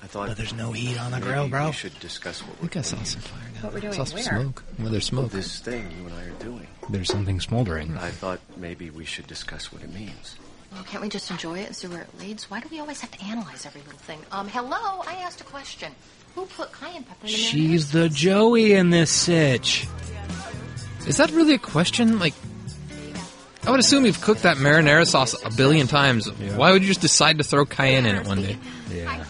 [SPEAKER 7] I thought.
[SPEAKER 2] But there's no heat on the
[SPEAKER 7] maybe
[SPEAKER 2] grill, bro.
[SPEAKER 7] We should discuss what
[SPEAKER 3] I
[SPEAKER 7] we're
[SPEAKER 3] think I saw some fire now.
[SPEAKER 6] What we're doing
[SPEAKER 3] saw some
[SPEAKER 6] where?
[SPEAKER 3] smoke. Where there's smoke.
[SPEAKER 7] this thing you and I are doing.
[SPEAKER 2] There's something smoldering.
[SPEAKER 7] I thought maybe we should discuss what it means.
[SPEAKER 6] Well, can't we just enjoy it and see where it leads? Why do we always have to analyze every little thing? Um, hello, I asked a question. Who put cayenne pepper in the
[SPEAKER 2] She's the Joey in this sitch.
[SPEAKER 3] Is that really a question? Like, I would assume you've cooked that marinara sauce a billion times. Why would you just decide to throw cayenne in it one day?
[SPEAKER 2] Yeah.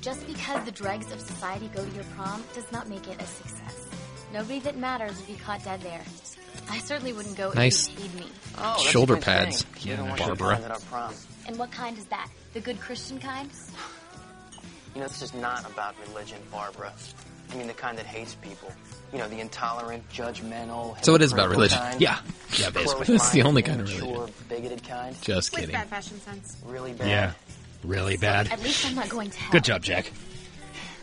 [SPEAKER 4] Just because the dregs of society go to your prom does not make it a success. Nobody that matters will be caught dead there. I certainly wouldn't go
[SPEAKER 3] Nice.
[SPEAKER 4] if you paid me.
[SPEAKER 8] Oh, that's
[SPEAKER 3] Shoulder
[SPEAKER 8] a good thing.
[SPEAKER 3] pads.
[SPEAKER 8] We don't want you to
[SPEAKER 3] Barbara.
[SPEAKER 8] find that our prom.
[SPEAKER 4] And what kind is that? The good Christian kind?
[SPEAKER 8] You know, this is not about religion, Barbara. I mean, the kind that hates people. You know, the intolerant, judgmental.
[SPEAKER 3] So it is about
[SPEAKER 8] hypocritical
[SPEAKER 3] religion.
[SPEAKER 8] kind.
[SPEAKER 3] Yeah. Yeah, basically. It's the only kind of religion.
[SPEAKER 8] Immature, bigoted kind.
[SPEAKER 3] Just
[SPEAKER 10] With
[SPEAKER 3] kidding.
[SPEAKER 10] bad fashion sense.
[SPEAKER 8] Really bad.
[SPEAKER 2] Yeah. Really bad.
[SPEAKER 4] At least I'm not going to hell.
[SPEAKER 2] Good job, Jack.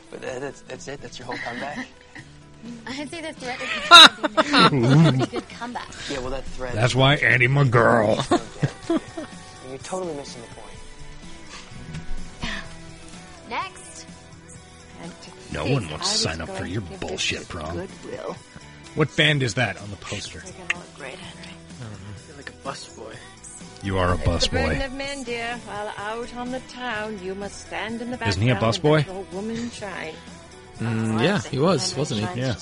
[SPEAKER 8] But uh, that's, that's it. That's your whole comeback.
[SPEAKER 4] I'd say the threat is a pretty good comeback.
[SPEAKER 8] yeah. Well, that thread.
[SPEAKER 2] That's why Andy my girl.
[SPEAKER 8] You're totally missing the point.
[SPEAKER 4] Next.
[SPEAKER 2] No one wants to sign up for your bullshit prom. What band is that on the poster?
[SPEAKER 8] You're like a busboy.
[SPEAKER 2] You are a busboy.
[SPEAKER 9] of men, dear. While out on the town, you must stand in the
[SPEAKER 2] Isn't he a
[SPEAKER 9] background
[SPEAKER 2] busboy?
[SPEAKER 9] and let your woman shine.
[SPEAKER 3] Mm, yeah, he was, wasn't he?
[SPEAKER 2] Yeah.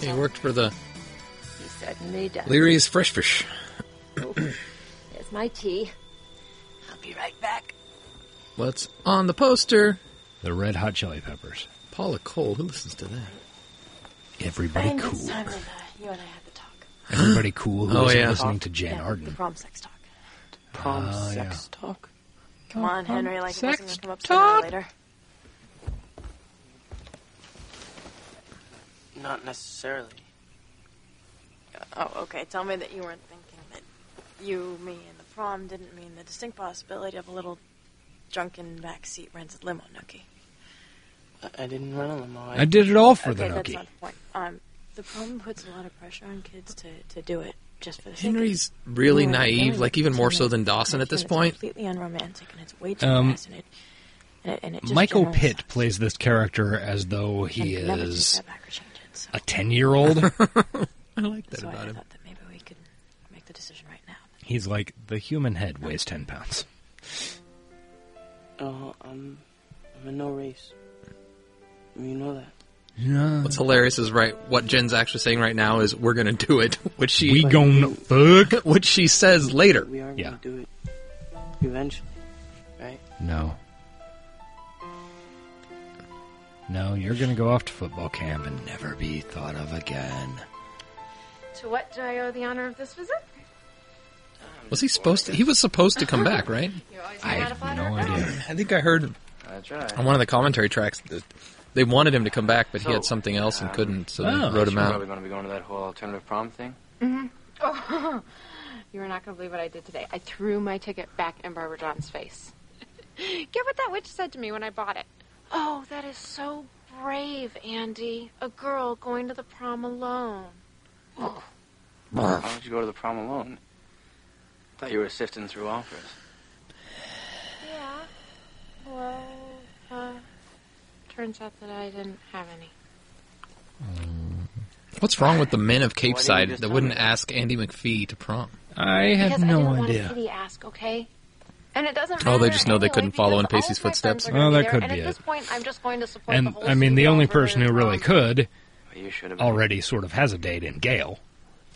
[SPEAKER 3] He worked for the
[SPEAKER 9] He certainly does.
[SPEAKER 3] Leary's Fresh Fish.
[SPEAKER 9] There's my tea. I'll be right back.
[SPEAKER 3] What's on the poster?
[SPEAKER 2] The Red Hot Chili Peppers.
[SPEAKER 3] Paula Cole. Who listens to that?
[SPEAKER 2] Everybody
[SPEAKER 9] And it's
[SPEAKER 2] cool.
[SPEAKER 9] time that uh, you and I have the talk.
[SPEAKER 2] Everybody cool who
[SPEAKER 3] Oh,
[SPEAKER 2] isn't
[SPEAKER 3] yeah.
[SPEAKER 2] listening to Jan
[SPEAKER 9] yeah, the
[SPEAKER 2] Arden.
[SPEAKER 9] prom sex talk.
[SPEAKER 3] Oh,
[SPEAKER 8] Prom
[SPEAKER 2] Ah,
[SPEAKER 8] sex talk.
[SPEAKER 11] Come on, Henry. Like it
[SPEAKER 3] Sex
[SPEAKER 11] wasn't gonna come up sooner or
[SPEAKER 3] talk.
[SPEAKER 11] later.
[SPEAKER 8] Not necessarily.
[SPEAKER 11] Oh, okay. Tell me that you weren't thinking that you, me, and the prom didn't mean the distinct possibility of a little drunken backseat rented limo nookie.
[SPEAKER 8] I, I didn't run a limo.
[SPEAKER 2] I did it all for
[SPEAKER 11] okay,
[SPEAKER 2] the
[SPEAKER 11] that's
[SPEAKER 2] nookie.
[SPEAKER 11] not the point. Um, the prom puts a lot of pressure on kids to, to do it just for the sake of it.
[SPEAKER 3] Henry's really
[SPEAKER 11] Anyway,
[SPEAKER 3] naive,
[SPEAKER 11] Dylan
[SPEAKER 3] like even more so
[SPEAKER 11] Thomas
[SPEAKER 3] than Dawson at
[SPEAKER 11] Thompson
[SPEAKER 3] this
[SPEAKER 11] is
[SPEAKER 3] point.
[SPEAKER 11] Completely unromantic, and it's way too
[SPEAKER 2] Um,
[SPEAKER 11] fast, and it- and it- and it just
[SPEAKER 2] Michael
[SPEAKER 11] generally
[SPEAKER 2] Pitt
[SPEAKER 11] sucks.
[SPEAKER 2] plays this character as though he
[SPEAKER 11] And never takes
[SPEAKER 2] is
[SPEAKER 11] that back or changes.
[SPEAKER 2] a 10 year old.
[SPEAKER 3] I like that
[SPEAKER 11] So I
[SPEAKER 3] about
[SPEAKER 11] I
[SPEAKER 3] him.
[SPEAKER 11] thought that maybe we could make the decision right now.
[SPEAKER 2] He's like, the human head weighs 10 pounds.
[SPEAKER 8] Oh, I'm, I'm in no race. You know that.
[SPEAKER 3] What's hilarious is right. What Jen's actually saying right now is, "We're gonna do it." What she
[SPEAKER 2] We gonna
[SPEAKER 3] fuck? What she says later.
[SPEAKER 8] We are going to do it eventually, right?
[SPEAKER 2] No. No, you're going to go off to football camp and never be thought of again.
[SPEAKER 9] To what do I owe the honor of this visit?
[SPEAKER 3] Was he supposed to? He was supposed to come back, right?
[SPEAKER 2] I have no idea.
[SPEAKER 3] I think I heard
[SPEAKER 7] I tried.
[SPEAKER 3] on one of the commentary tracks that they wanted him to come back, but he had something else and couldn't, so they wrote him
[SPEAKER 7] Oh. Probably
[SPEAKER 3] out.
[SPEAKER 7] going to be going to that whole alternative prom thing.
[SPEAKER 10] Mm-hmm. Oh, you are not going to believe what I did today. I threw my ticket back in Barbara John's face. Get what that witch said to me when I bought it.
[SPEAKER 11] Oh, that is so brave, Andy. A girl going to the prom alone.
[SPEAKER 7] Why don't you go to the prom alone? Thought you were sifting through offers.
[SPEAKER 11] Yeah. Well, uh, turns out that I didn't have any.
[SPEAKER 3] What's wrong with the men of Cape Side
[SPEAKER 7] just
[SPEAKER 3] that
[SPEAKER 7] tell
[SPEAKER 3] wouldn't
[SPEAKER 7] me?
[SPEAKER 3] ask Andy McPhee to prom?
[SPEAKER 2] I have
[SPEAKER 11] because I
[SPEAKER 2] no
[SPEAKER 11] didn't Want a
[SPEAKER 2] idea.
[SPEAKER 11] pity ask, okay? And it doesn't.
[SPEAKER 3] Oh, they
[SPEAKER 11] matter
[SPEAKER 3] just know they
[SPEAKER 11] anyway
[SPEAKER 3] couldn't follow in
[SPEAKER 11] because all
[SPEAKER 3] Pacey's
[SPEAKER 11] of my friends
[SPEAKER 3] footsteps.
[SPEAKER 11] are gonna
[SPEAKER 2] Oh,
[SPEAKER 11] be
[SPEAKER 2] that
[SPEAKER 11] there,
[SPEAKER 2] could
[SPEAKER 11] and
[SPEAKER 2] be
[SPEAKER 11] at
[SPEAKER 2] it.
[SPEAKER 11] this point, I'm just going to support the
[SPEAKER 2] And
[SPEAKER 11] whole
[SPEAKER 2] I mean, the
[SPEAKER 11] student
[SPEAKER 2] only
[SPEAKER 11] effort
[SPEAKER 2] person who
[SPEAKER 11] and
[SPEAKER 2] really
[SPEAKER 11] prom.
[SPEAKER 2] could
[SPEAKER 7] You should have.
[SPEAKER 2] already sort of has a date in Gale.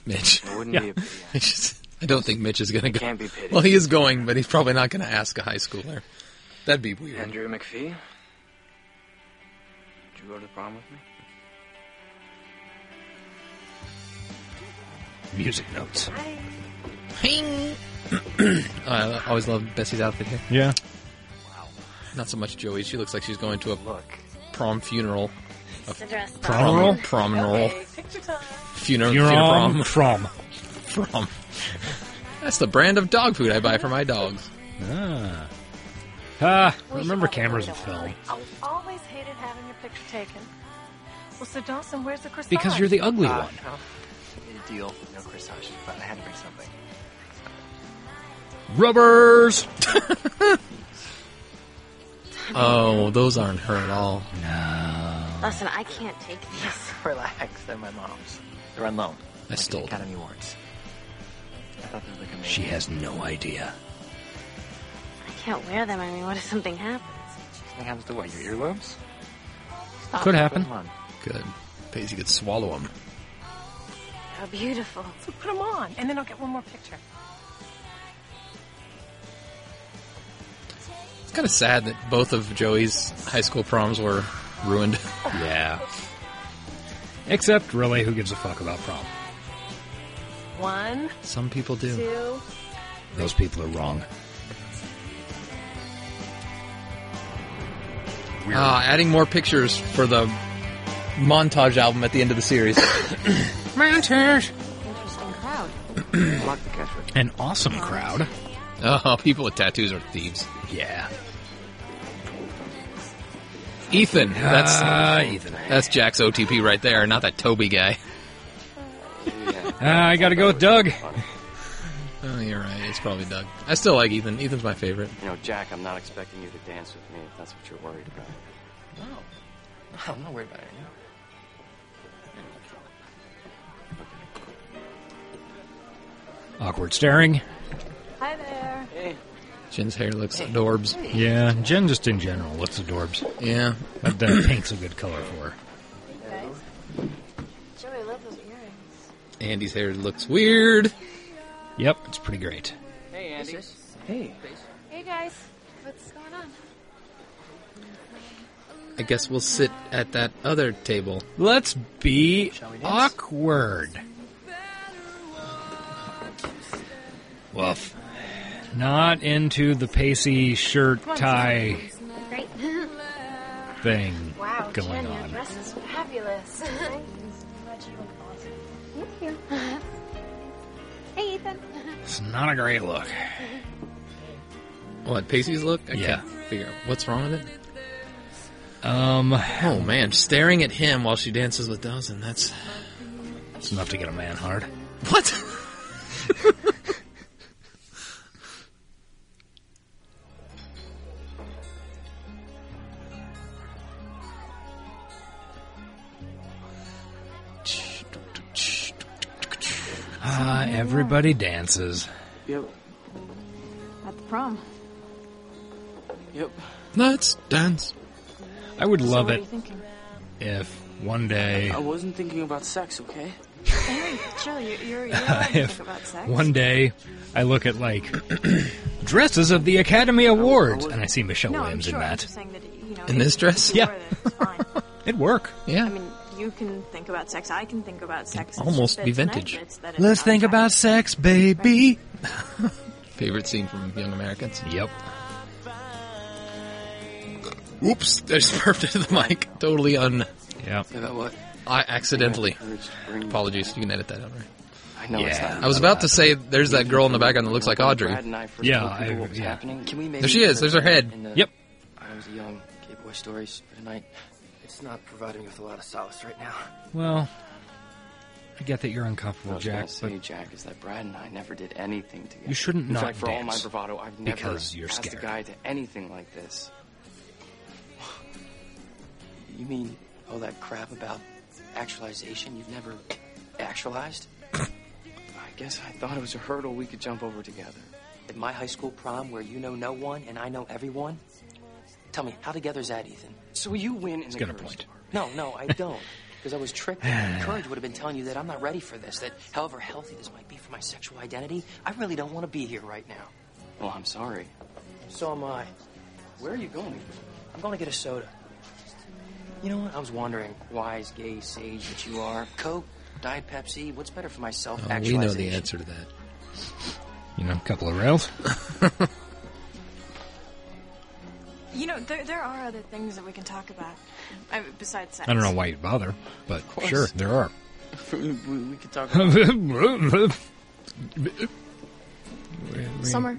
[SPEAKER 3] Mitch.
[SPEAKER 7] It wouldn't
[SPEAKER 2] Yeah.
[SPEAKER 7] be a pity.
[SPEAKER 3] I don't think Mitch is going to go.
[SPEAKER 7] Can't be pitied.
[SPEAKER 3] Well, he is going, but he's probably not going to ask a high schooler. That'd be weird.
[SPEAKER 7] Andrew McPhee? Did you go to the prom with me?
[SPEAKER 2] Music notes.
[SPEAKER 3] Uh, I always loved Bessie's outfit here.
[SPEAKER 2] Yeah.
[SPEAKER 3] Not so much Joey. She looks like she's going to a
[SPEAKER 7] Look.
[SPEAKER 3] prom funeral. A
[SPEAKER 4] dress
[SPEAKER 2] Prom?
[SPEAKER 3] Prom
[SPEAKER 11] Okay, picture time.
[SPEAKER 3] Funeral.
[SPEAKER 2] You're on
[SPEAKER 3] Funeral.
[SPEAKER 2] from.
[SPEAKER 3] Prom. That's the brand of dog food I buy for my dogs.
[SPEAKER 2] Ah. Ah, remember cameras and film.
[SPEAKER 9] I always hated having your picture taken. Well, so Dawson, where's the croissant?
[SPEAKER 2] Because you're the ugly
[SPEAKER 5] Uh,
[SPEAKER 2] one.
[SPEAKER 5] no. Made a deal. No corsage, but I had to bring something.
[SPEAKER 2] Rubbers!
[SPEAKER 3] Oh, those aren't her at all.
[SPEAKER 4] Listen, I can't take these.
[SPEAKER 5] Relax. They're my mom's. They're on loan.
[SPEAKER 3] I stole them.
[SPEAKER 5] Academy Awards. I thought they were like amazing.
[SPEAKER 2] She has no idea.
[SPEAKER 4] I can't wear them. I mean, what if something happens?
[SPEAKER 5] Something happens to what? Your earlobes? Stop.
[SPEAKER 2] Could happen.
[SPEAKER 5] Put 'em on.
[SPEAKER 3] Good. Paisy could swallow them.
[SPEAKER 4] How beautiful.
[SPEAKER 9] So put them on, and then I'll get one more picture.
[SPEAKER 3] It's kind of sad that both of Joey's high school proms were ruined.
[SPEAKER 2] Yeah. Except, really, who gives a fuck about prom?
[SPEAKER 9] One,
[SPEAKER 3] Some people do.
[SPEAKER 9] two.
[SPEAKER 2] Those people are wrong. Weird.
[SPEAKER 3] Ah, adding more pictures for the montage album at the end of the series.
[SPEAKER 6] Interesting crowd.
[SPEAKER 7] Lock the catchword.
[SPEAKER 2] An awesome crowd.
[SPEAKER 3] oh, people with tattoos are thieves.
[SPEAKER 2] Yeah.
[SPEAKER 3] Ethan, that's
[SPEAKER 2] Ah, Ethan.
[SPEAKER 3] that's Jack's OTP right there, not that Toby guy.
[SPEAKER 2] Ah, I gotta go with Doug.
[SPEAKER 3] Oh, you're right. It's probably Doug. I still like Ethan. Ethan's my favorite.
[SPEAKER 7] You know, Jack, I'm not expecting you to dance with me if that's what you're worried about.
[SPEAKER 5] No. I'm not worried about it.
[SPEAKER 2] Awkward staring.
[SPEAKER 9] Hi there.
[SPEAKER 3] Jen's hair looks adorbs.
[SPEAKER 2] Yeah, Jen just in general looks adorbs.
[SPEAKER 3] Yeah.
[SPEAKER 2] But the pink's a good color for her.
[SPEAKER 11] Joey, I love those earrings.
[SPEAKER 3] Andy's hair looks weird.
[SPEAKER 2] Yep, it's pretty great.
[SPEAKER 8] Hey, Andy.
[SPEAKER 5] Hey.
[SPEAKER 11] Hey guys, what's going on?
[SPEAKER 3] I guess we'll sit at that other table.
[SPEAKER 2] Let's be
[SPEAKER 5] we dance?
[SPEAKER 2] awkward. Woof. Not into the pacey shirt tie
[SPEAKER 4] Great.
[SPEAKER 2] thing
[SPEAKER 11] Wow,
[SPEAKER 2] going
[SPEAKER 11] Jen, your
[SPEAKER 2] on.
[SPEAKER 11] dress is fabulous.
[SPEAKER 4] Hey, Ethan.
[SPEAKER 2] It's not a great look.
[SPEAKER 3] What, Oh, Pacey's look? I
[SPEAKER 2] Yeah.
[SPEAKER 3] can't figure out what's wrong with it.
[SPEAKER 2] Um,
[SPEAKER 3] Oh man, staring at him while she dances with Dawson, that's
[SPEAKER 2] it's enough to get a man hard.
[SPEAKER 3] What?
[SPEAKER 2] Ah, everybody dances.
[SPEAKER 8] Yep.
[SPEAKER 11] At the prom.
[SPEAKER 8] Yep.
[SPEAKER 2] Let's dance. I would
[SPEAKER 8] So
[SPEAKER 2] love
[SPEAKER 8] what are
[SPEAKER 2] it
[SPEAKER 8] you thinking?
[SPEAKER 2] if one day,
[SPEAKER 8] I
[SPEAKER 11] Oh,
[SPEAKER 8] wasn't thinking about sex, okay?
[SPEAKER 11] Henry, chill. You, you're, you're allowed to
[SPEAKER 2] if
[SPEAKER 11] think about sex.
[SPEAKER 2] one day I look at like dresses of the Academy Awards and I see Michelle
[SPEAKER 11] Oh, no, I'm
[SPEAKER 2] Williams
[SPEAKER 11] sure.
[SPEAKER 2] in
[SPEAKER 11] I'm
[SPEAKER 2] that.
[SPEAKER 11] just saying that you know.
[SPEAKER 2] In this dress?
[SPEAKER 11] Yeah.
[SPEAKER 2] Yeah. It'd work.
[SPEAKER 11] I mean, you can think about sex. I can think about sex. It's
[SPEAKER 3] Almost
[SPEAKER 11] just
[SPEAKER 3] be
[SPEAKER 11] that tonight
[SPEAKER 3] vintage.
[SPEAKER 11] it's that it's
[SPEAKER 2] Let's
[SPEAKER 11] not
[SPEAKER 2] think about sex, baby.
[SPEAKER 3] Favorite scene from Young Americans?
[SPEAKER 2] Yep.
[SPEAKER 3] Oops, I just burped into the mic. Totally un.
[SPEAKER 2] Yeah.
[SPEAKER 3] I accidentally. Apologies, you can edit that out, right?
[SPEAKER 8] I know it's not
[SPEAKER 3] I was about to say there's that girl in the background that looks like Audrey.
[SPEAKER 8] Brad and I first told people what was happening. Can we maybe
[SPEAKER 3] There she is, there's her head.
[SPEAKER 8] in the-
[SPEAKER 3] Yep.
[SPEAKER 8] I was young, gay boy stories for tonight. It's not providing you with a lot of solace right now.
[SPEAKER 2] Well, I get that you're
[SPEAKER 8] What I
[SPEAKER 2] uncomfortable,
[SPEAKER 8] was gonna
[SPEAKER 2] Jack, but
[SPEAKER 8] say, Jack, is that Brad and I never did anything together.
[SPEAKER 2] You shouldn't
[SPEAKER 8] In
[SPEAKER 2] not
[SPEAKER 8] fact, for all my
[SPEAKER 2] dance
[SPEAKER 8] bravado, I've never
[SPEAKER 2] because you're
[SPEAKER 8] asked
[SPEAKER 2] scared.
[SPEAKER 8] a guy to anything like this. You mean all that crap about actualization you've never actualized? I guess I thought it was a hurdle we could jump over together. At my high school prom, where you know no one and I know everyone. Tell me, how together is that, Ethan? So you win in
[SPEAKER 2] He's
[SPEAKER 8] the
[SPEAKER 2] got a
[SPEAKER 8] girls'
[SPEAKER 2] point.
[SPEAKER 8] department. No, no, I don't. Because I was tricked. Courage would have been telling you that I'm not ready for this, that however healthy this might be for my sexual identity, I really don't want to be here right now. Well, I'm sorry. So am I. Where are you going? I'm going to get a soda. You know what? I was wondering, wise, gay sage that you are, Coke, Diet Pepsi, what's better for myself?
[SPEAKER 3] Oh, we
[SPEAKER 8] Actually,
[SPEAKER 3] know the answer to that.
[SPEAKER 2] you know, a couple of rails.
[SPEAKER 11] You know, there, there are other things that we can talk about I, mean, besides sex.
[SPEAKER 2] I don't know why you'd bother, but sure, there are.
[SPEAKER 8] we, we could talk
[SPEAKER 11] Summer. Uh,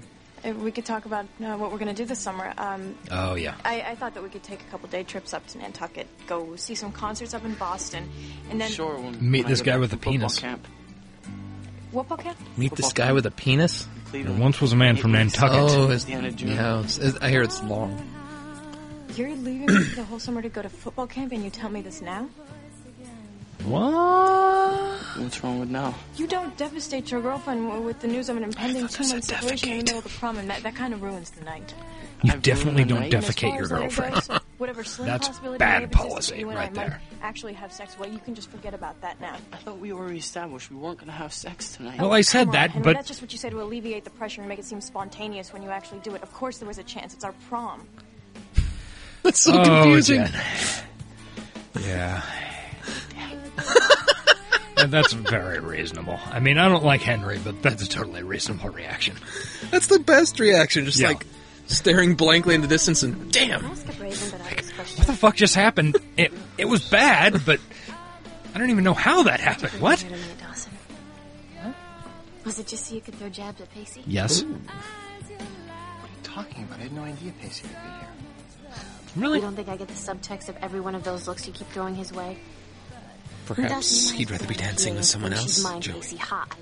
[SPEAKER 11] We could talk about uh, what we're going to do this summer. Um,
[SPEAKER 2] Oh, yeah.
[SPEAKER 11] I, I thought that we could take a couple day trips up to Nantucket, go see some concerts up in Boston, and then
[SPEAKER 8] Sure.
[SPEAKER 2] Meet this guy with a penis.
[SPEAKER 11] What camp?
[SPEAKER 3] Meet this guy with a penis?
[SPEAKER 2] There once was a man from Nantucket.
[SPEAKER 3] Oh, it's, yeah, it's- it's- I hear it's long.
[SPEAKER 11] You're leaving the whole summer to go to football camp, and you tell me this now?
[SPEAKER 2] What?
[SPEAKER 8] What's wrong with now?
[SPEAKER 11] You don't devastate your girlfriend w- with the news of an impending two-month separation in the middle of the prom, and that, that kind of ruins the night.
[SPEAKER 2] You definitely don't
[SPEAKER 8] ruined the night.
[SPEAKER 2] defecate your
[SPEAKER 11] As far as later
[SPEAKER 2] girlfriend.
[SPEAKER 11] goes, whatever slim
[SPEAKER 2] That's
[SPEAKER 11] possibility
[SPEAKER 2] bad
[SPEAKER 11] may have existed
[SPEAKER 2] policy
[SPEAKER 11] that you and
[SPEAKER 2] right
[SPEAKER 11] I might
[SPEAKER 2] there.
[SPEAKER 11] actually have sex. Well, you can just forget about that now.
[SPEAKER 8] I thought we already established we weren't going to have sex tonight.
[SPEAKER 2] Well, I said
[SPEAKER 11] Come on,
[SPEAKER 2] that,
[SPEAKER 11] Henry,
[SPEAKER 2] but
[SPEAKER 11] that's just what you say to alleviate the pressure and make it seem spontaneous when you actually do it. Of course, there was a chance. It's our prom.
[SPEAKER 3] That's
[SPEAKER 2] so Oh, confusing. Jen. yeah, And that's very reasonable. I mean, I don't like Henry, but that's a totally reasonable reaction.
[SPEAKER 3] That's the best reaction. Just
[SPEAKER 2] Yeah.
[SPEAKER 3] like staring blankly in the distance and damn.
[SPEAKER 2] What the fuck just happened? It it was bad, but I don't even know how that happened. What?
[SPEAKER 4] Was it just so you could throw jabs at Pacey?
[SPEAKER 2] Yes. Ooh.
[SPEAKER 5] Talking about, I had no idea Pacey would be here.
[SPEAKER 4] Really? You don't think I get the subtext of every one of those looks you keep throwing his way?
[SPEAKER 3] Perhaps he'd rather be dancing with someone
[SPEAKER 4] She's
[SPEAKER 3] else.
[SPEAKER 4] mine,
[SPEAKER 3] Joey.
[SPEAKER 4] Pacey. Ha, I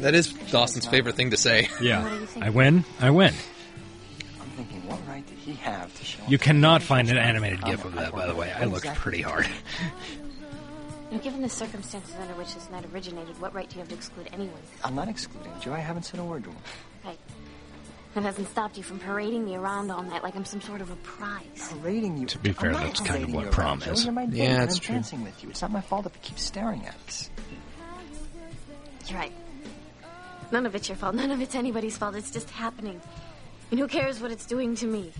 [SPEAKER 3] That is Dawson's favorite thing to say.
[SPEAKER 2] Yeah, I win. I win.
[SPEAKER 8] I'm thinking, what right did he have to show
[SPEAKER 2] You cannot find an animated
[SPEAKER 5] Oh
[SPEAKER 2] GIF of that, by the way. I looked pretty hard.
[SPEAKER 4] win. Given the circumstances under which this night originated, what right do you have to exclude anyone?
[SPEAKER 5] I'm not excluding Joe. I haven't said a word to him.
[SPEAKER 4] Right. That hasn't stopped you from parading me around all night like I'm some sort of a prize.
[SPEAKER 5] Parading you? To
[SPEAKER 2] be fair,
[SPEAKER 5] I'm not
[SPEAKER 2] that's kind of
[SPEAKER 5] parading
[SPEAKER 2] what
[SPEAKER 5] you
[SPEAKER 2] prom
[SPEAKER 5] around, Joe.
[SPEAKER 2] is.
[SPEAKER 5] You're my
[SPEAKER 2] Yeah,
[SPEAKER 5] date, and
[SPEAKER 2] it's
[SPEAKER 5] I'm
[SPEAKER 2] true.
[SPEAKER 5] dancing with you. It's not my fault if you keep staring at us.
[SPEAKER 4] You're right. None of it's your fault. None of it's anybody's fault. It's just happening. And who cares what it's doing to me?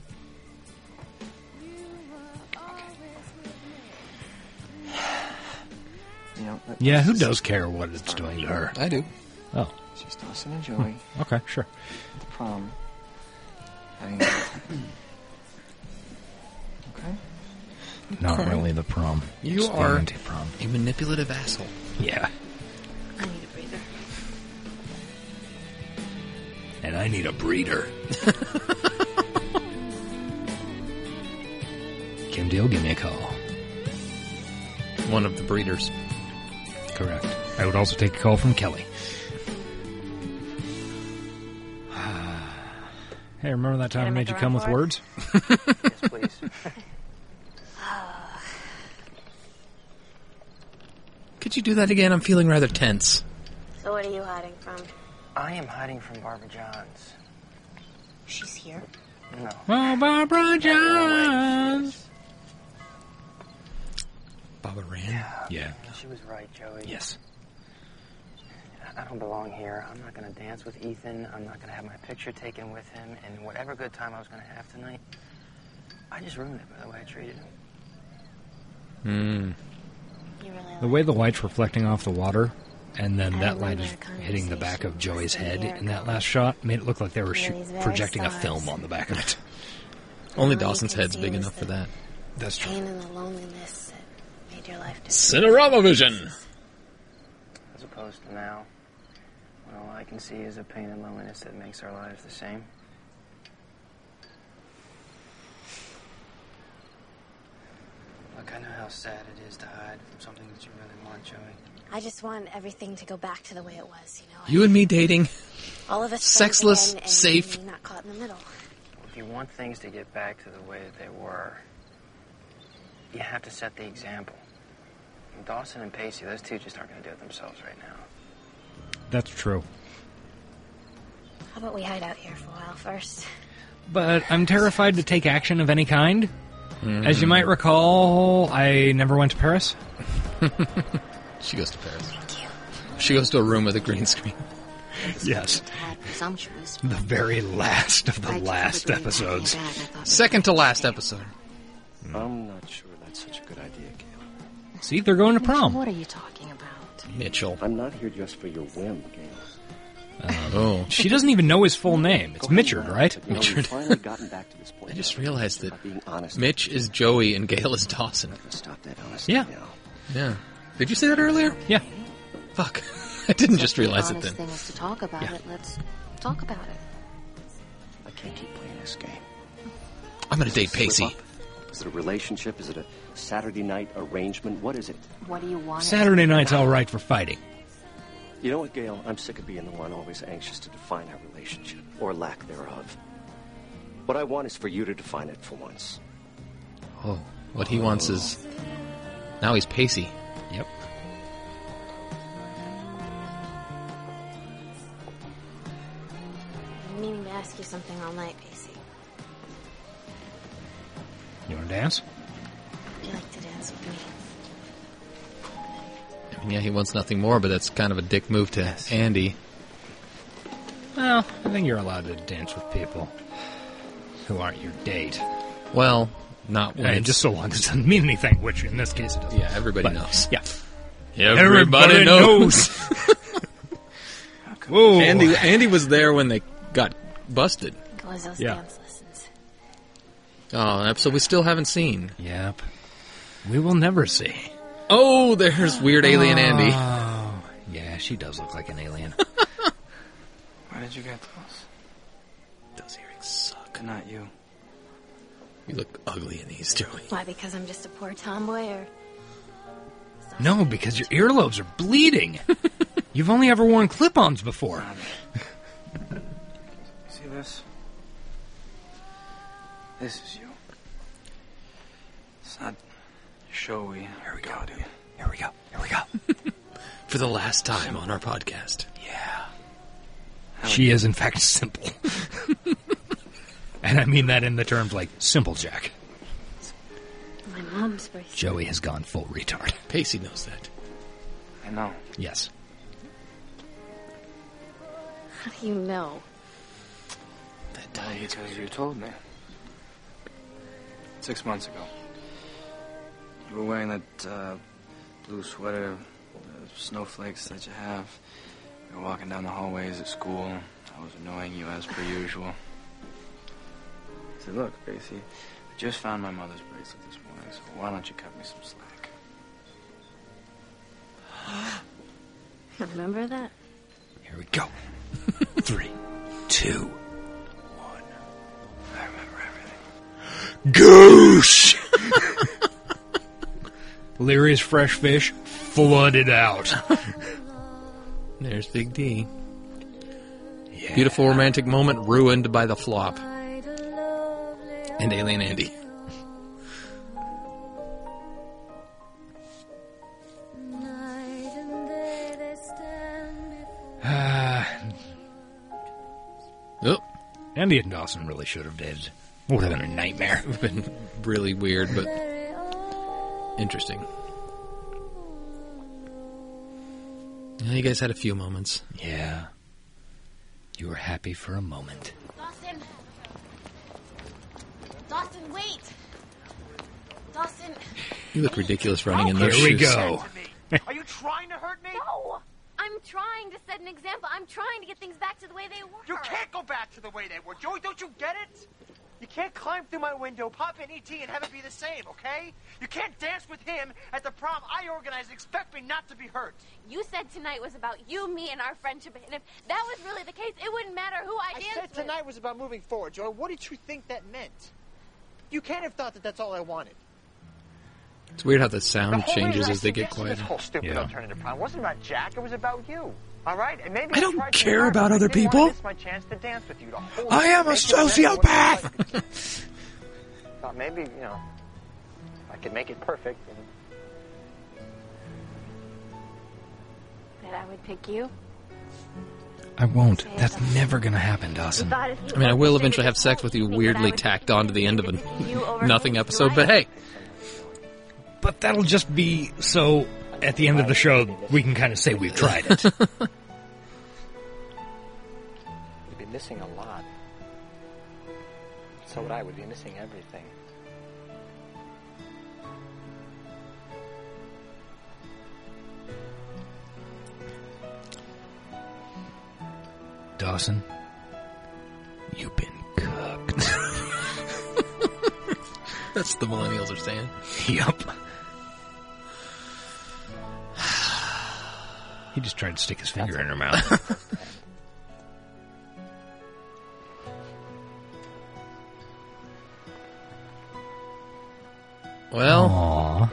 [SPEAKER 5] You know. let-
[SPEAKER 2] Yeah,
[SPEAKER 5] let's
[SPEAKER 2] who
[SPEAKER 5] just-
[SPEAKER 2] does care what it's doing to her?
[SPEAKER 3] I do.
[SPEAKER 2] Oh.
[SPEAKER 5] It's Just Dawson and Joey
[SPEAKER 2] Okay, sure.
[SPEAKER 5] at the prom. Having a good time. okay.
[SPEAKER 2] Not
[SPEAKER 3] Okay.
[SPEAKER 2] really the prom.
[SPEAKER 3] You
[SPEAKER 2] It's the
[SPEAKER 3] are
[SPEAKER 2] anti-prom.
[SPEAKER 3] a manipulative asshole.
[SPEAKER 2] Yeah.
[SPEAKER 4] I need a breather.
[SPEAKER 2] And I need a breeder. Kim Deal, give me a call.
[SPEAKER 3] One of the breeders.
[SPEAKER 2] Correct. I would also take a call from Kelly. hey, remember that time I made you come with words?
[SPEAKER 8] yes, please.
[SPEAKER 3] Could you do that again? I'm feeling rather tense.
[SPEAKER 4] So what are you hiding from?
[SPEAKER 8] I am hiding from Barbara Johns.
[SPEAKER 4] She's here.
[SPEAKER 8] No.
[SPEAKER 2] Oh, Barbara Johns. Baba Rand? Yeah.
[SPEAKER 8] She was right, Joey.
[SPEAKER 2] Yes.
[SPEAKER 8] I- I don't belong here. I'm not going to dance with Ethan. I'm not going to have my picture taken with him. And whatever good time I was going to have tonight, I just ruined it by the way I treated him.
[SPEAKER 2] Mm. The way the light's reflecting off the water, and then that light is hitting the back of Joey's head in that last shot made it look like they were shoot, projecting a film on the back of it.
[SPEAKER 3] Only Dawson's head's big enough for that.
[SPEAKER 2] That's true.
[SPEAKER 12] Pain and the loneliness that made your life.
[SPEAKER 3] Cinerama Vision.
[SPEAKER 8] As opposed to now, when all I can see is a pain and loneliness that makes our lives the same. Look, I know how sad it is to hide from something that you really want, Joey.
[SPEAKER 12] I just want everything to go back to the way it was, you know.
[SPEAKER 3] You and me dating.
[SPEAKER 12] All of us friends
[SPEAKER 3] Sexless,
[SPEAKER 12] again and
[SPEAKER 3] safe.
[SPEAKER 12] Not caught in the middle.
[SPEAKER 8] If you want things to get back to the way that they were, you have to set the example. And Dawson and Pacey, those two just aren't going to do it themselves right now.
[SPEAKER 2] That's true.
[SPEAKER 12] How about we hide out here for a while first?
[SPEAKER 2] But I'm terrified to take action of any kind. As you might recall, I never went to Paris.
[SPEAKER 3] she goes to Paris. She goes to a room with a green screen.
[SPEAKER 2] Yes.
[SPEAKER 6] Presumptuous.
[SPEAKER 2] The very last of the last episodes.
[SPEAKER 3] Second to last episode.
[SPEAKER 2] Hmm.
[SPEAKER 7] I'm not sure that's such a good idea, Gail.
[SPEAKER 2] See, they're going to prom.
[SPEAKER 6] What are you talking about?
[SPEAKER 3] Mitchell.
[SPEAKER 7] I'm not here just for your whim, Gail.
[SPEAKER 3] Uh,
[SPEAKER 2] Oh. She doesn't even know his full name. It's Mitchard, right?
[SPEAKER 7] You know, we've finally gotten back to this point.
[SPEAKER 3] I just realized that Mitch is Joey and Gail is Dawson.
[SPEAKER 7] Stop that, honestly.
[SPEAKER 3] Yeah. Yeah. Did you say that earlier?
[SPEAKER 2] Yeah.
[SPEAKER 3] Fuck. I didn't just
[SPEAKER 6] The
[SPEAKER 3] realize it
[SPEAKER 6] honest
[SPEAKER 3] then.
[SPEAKER 6] thing is to talk about it. Let's talk about it.
[SPEAKER 7] I can't keep playing this game.
[SPEAKER 3] I'm going to date Pacey.
[SPEAKER 7] Is it a relationship? Is it a Saturday night arrangement? What is it?
[SPEAKER 6] What do you want?
[SPEAKER 2] Saturday night's all right for fighting.
[SPEAKER 7] You know what, Gail? I'm sick of being the one always anxious to define our relationship, or lack thereof. What I want is for you to define it for once.
[SPEAKER 3] Oh, what he wants is now he's Pacey.
[SPEAKER 2] Yep.
[SPEAKER 12] I've been meaning to ask you something all night, Pacey.
[SPEAKER 2] You want to dance?
[SPEAKER 12] Would you like to dance with me?
[SPEAKER 3] I mean, yeah, he wants nothing more, but that's kind of a dick move to Andy.
[SPEAKER 2] Well, I think you're allowed to dance with people who aren't your date.
[SPEAKER 3] Well, not when
[SPEAKER 2] And
[SPEAKER 3] it's-
[SPEAKER 2] just so long as it doesn't mean anything, which in this case it doesn't.
[SPEAKER 3] Yeah, everybody knows.
[SPEAKER 2] Yeah.
[SPEAKER 3] Everybody,
[SPEAKER 2] Everybody
[SPEAKER 3] knows.
[SPEAKER 2] Whoa.
[SPEAKER 3] Andy, Andy was there when they got busted.
[SPEAKER 12] Galizo's
[SPEAKER 3] Yeah.
[SPEAKER 12] dance lessons.
[SPEAKER 3] Oh, an episode we still haven't seen.
[SPEAKER 2] Yep. We will never see.
[SPEAKER 3] Oh, there's weird alien Andy.
[SPEAKER 2] Oh, yeah, she does look like an alien.
[SPEAKER 8] Where did you get those?
[SPEAKER 3] Those earrings suck.
[SPEAKER 8] Not you.
[SPEAKER 3] You look ugly in these, Joey.
[SPEAKER 12] Why? Because I'm just a poor tomboy, or
[SPEAKER 2] no, because your earlobes are bleeding. You've only ever worn clip-ons before.
[SPEAKER 8] See this? This is you. It's not showy. Here we go, dude.
[SPEAKER 2] Here we go. Here we go.
[SPEAKER 3] For the last time on our podcast.
[SPEAKER 8] Yeah.
[SPEAKER 2] She is, in fact, simple. and I mean that in the terms like simple Jack.
[SPEAKER 12] my mom's bracelet.
[SPEAKER 2] Joey has gone full retard.
[SPEAKER 3] Pacey knows that.
[SPEAKER 8] I know.
[SPEAKER 2] Yes.
[SPEAKER 12] How do you know?
[SPEAKER 8] That died because you told me. Six months ago. You were wearing that uh, blue sweater, the snowflakes that you have. You were walking down the hallways at school. I was annoying you as per usual. I said, Look, Basie, I just found my mother's bracelet this morning, so why don't you cut me some slack?
[SPEAKER 12] Remember that?
[SPEAKER 2] Here we go. Three, two,
[SPEAKER 8] I remember everything.
[SPEAKER 2] Goosh! Leary's fresh fish flooded out.
[SPEAKER 3] There's Big D.
[SPEAKER 2] Yeah.
[SPEAKER 3] Beautiful romantic moment ruined by the flop. And Alien Andy.
[SPEAKER 2] Ah,
[SPEAKER 3] Oh, Oh,
[SPEAKER 2] yeah, Andy and Dawson really should have did. Would have been a nightmare.
[SPEAKER 3] Would have been really weird, but interesting. Yeah, You guys had a few moments.
[SPEAKER 2] Yeah. You were happy for a moment.
[SPEAKER 4] Dawson! Dawson, wait! Dawson!
[SPEAKER 3] You look ridiculous running in
[SPEAKER 2] Here
[SPEAKER 3] those
[SPEAKER 2] we
[SPEAKER 3] shoes.
[SPEAKER 2] go.
[SPEAKER 4] Are you trying to hurt me? No! I'm trying to set an example. I'm trying to get things back to the way they were.
[SPEAKER 13] You can't go back to the way they were, Joey. Don't you get it? You can't climb through my window, pop in ET, and have it be the same, okay? You can't dance with him at the prom I organized. and Expect me not to be hurt.
[SPEAKER 4] You said tonight was about you, me, and our friendship, and if that was really the case, it wouldn't matter who I
[SPEAKER 13] I
[SPEAKER 4] danced
[SPEAKER 13] said tonight was about moving forward, Joey. What did you think that meant? You can't have thought that that's all I wanted.
[SPEAKER 3] It's weird how the sound
[SPEAKER 13] The whole
[SPEAKER 3] changes
[SPEAKER 13] reason I
[SPEAKER 3] as they get
[SPEAKER 13] suggested This
[SPEAKER 3] quieter.
[SPEAKER 13] whole stupid
[SPEAKER 3] Yeah.
[SPEAKER 13] alternative plan wasn't about Jack. It was about you. All right, and maybe I
[SPEAKER 1] don't
[SPEAKER 13] tried to
[SPEAKER 1] care
[SPEAKER 13] be hard,
[SPEAKER 1] about
[SPEAKER 13] but I
[SPEAKER 1] other
[SPEAKER 13] didn't wanna
[SPEAKER 1] people.
[SPEAKER 13] miss my chance to dance with you, to hold
[SPEAKER 1] I
[SPEAKER 13] you,
[SPEAKER 1] am a
[SPEAKER 13] make you remember what it's
[SPEAKER 1] sociopath.
[SPEAKER 13] like. Thought maybe you know I could make it perfect. And
[SPEAKER 10] That I would pick you.
[SPEAKER 2] I won't. That's never gonna happen, Dawson.
[SPEAKER 3] I mean, I will eventually have sex with you weirdly tacked on to the end of a nothing episode, but hey,
[SPEAKER 2] But that'll just be so at the end of the show we can kind of say we've tried it.
[SPEAKER 5] You'd be missing a lot. So would I. Would be missing everything.
[SPEAKER 2] Dawson, you've been cooked.
[SPEAKER 3] that's what the millennials are saying.
[SPEAKER 2] yup. He just tried to stick his finger in her mouth.
[SPEAKER 3] Well,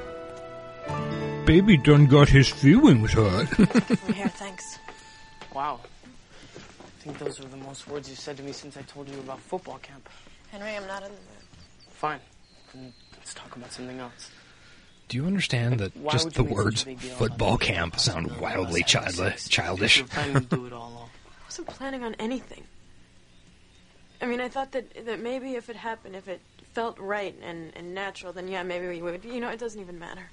[SPEAKER 2] baby done got his feelings hurt.
[SPEAKER 11] Here, thanks.
[SPEAKER 8] Wow. I think those were the most words you said to me since I told you about football camp.
[SPEAKER 11] Henry, I'm not in the mood.
[SPEAKER 8] Fine. Then let's talk about something else.
[SPEAKER 2] Do you understand that
[SPEAKER 8] Why
[SPEAKER 2] just
[SPEAKER 8] would
[SPEAKER 2] the
[SPEAKER 8] you make such a
[SPEAKER 2] words
[SPEAKER 8] big deal
[SPEAKER 2] football camp sound wildly childless, childish?
[SPEAKER 11] I wasn't planning on anything. I mean, I thought that that maybe if it happened, if it felt right and, and natural, then yeah, maybe we would. You know, it doesn't even matter.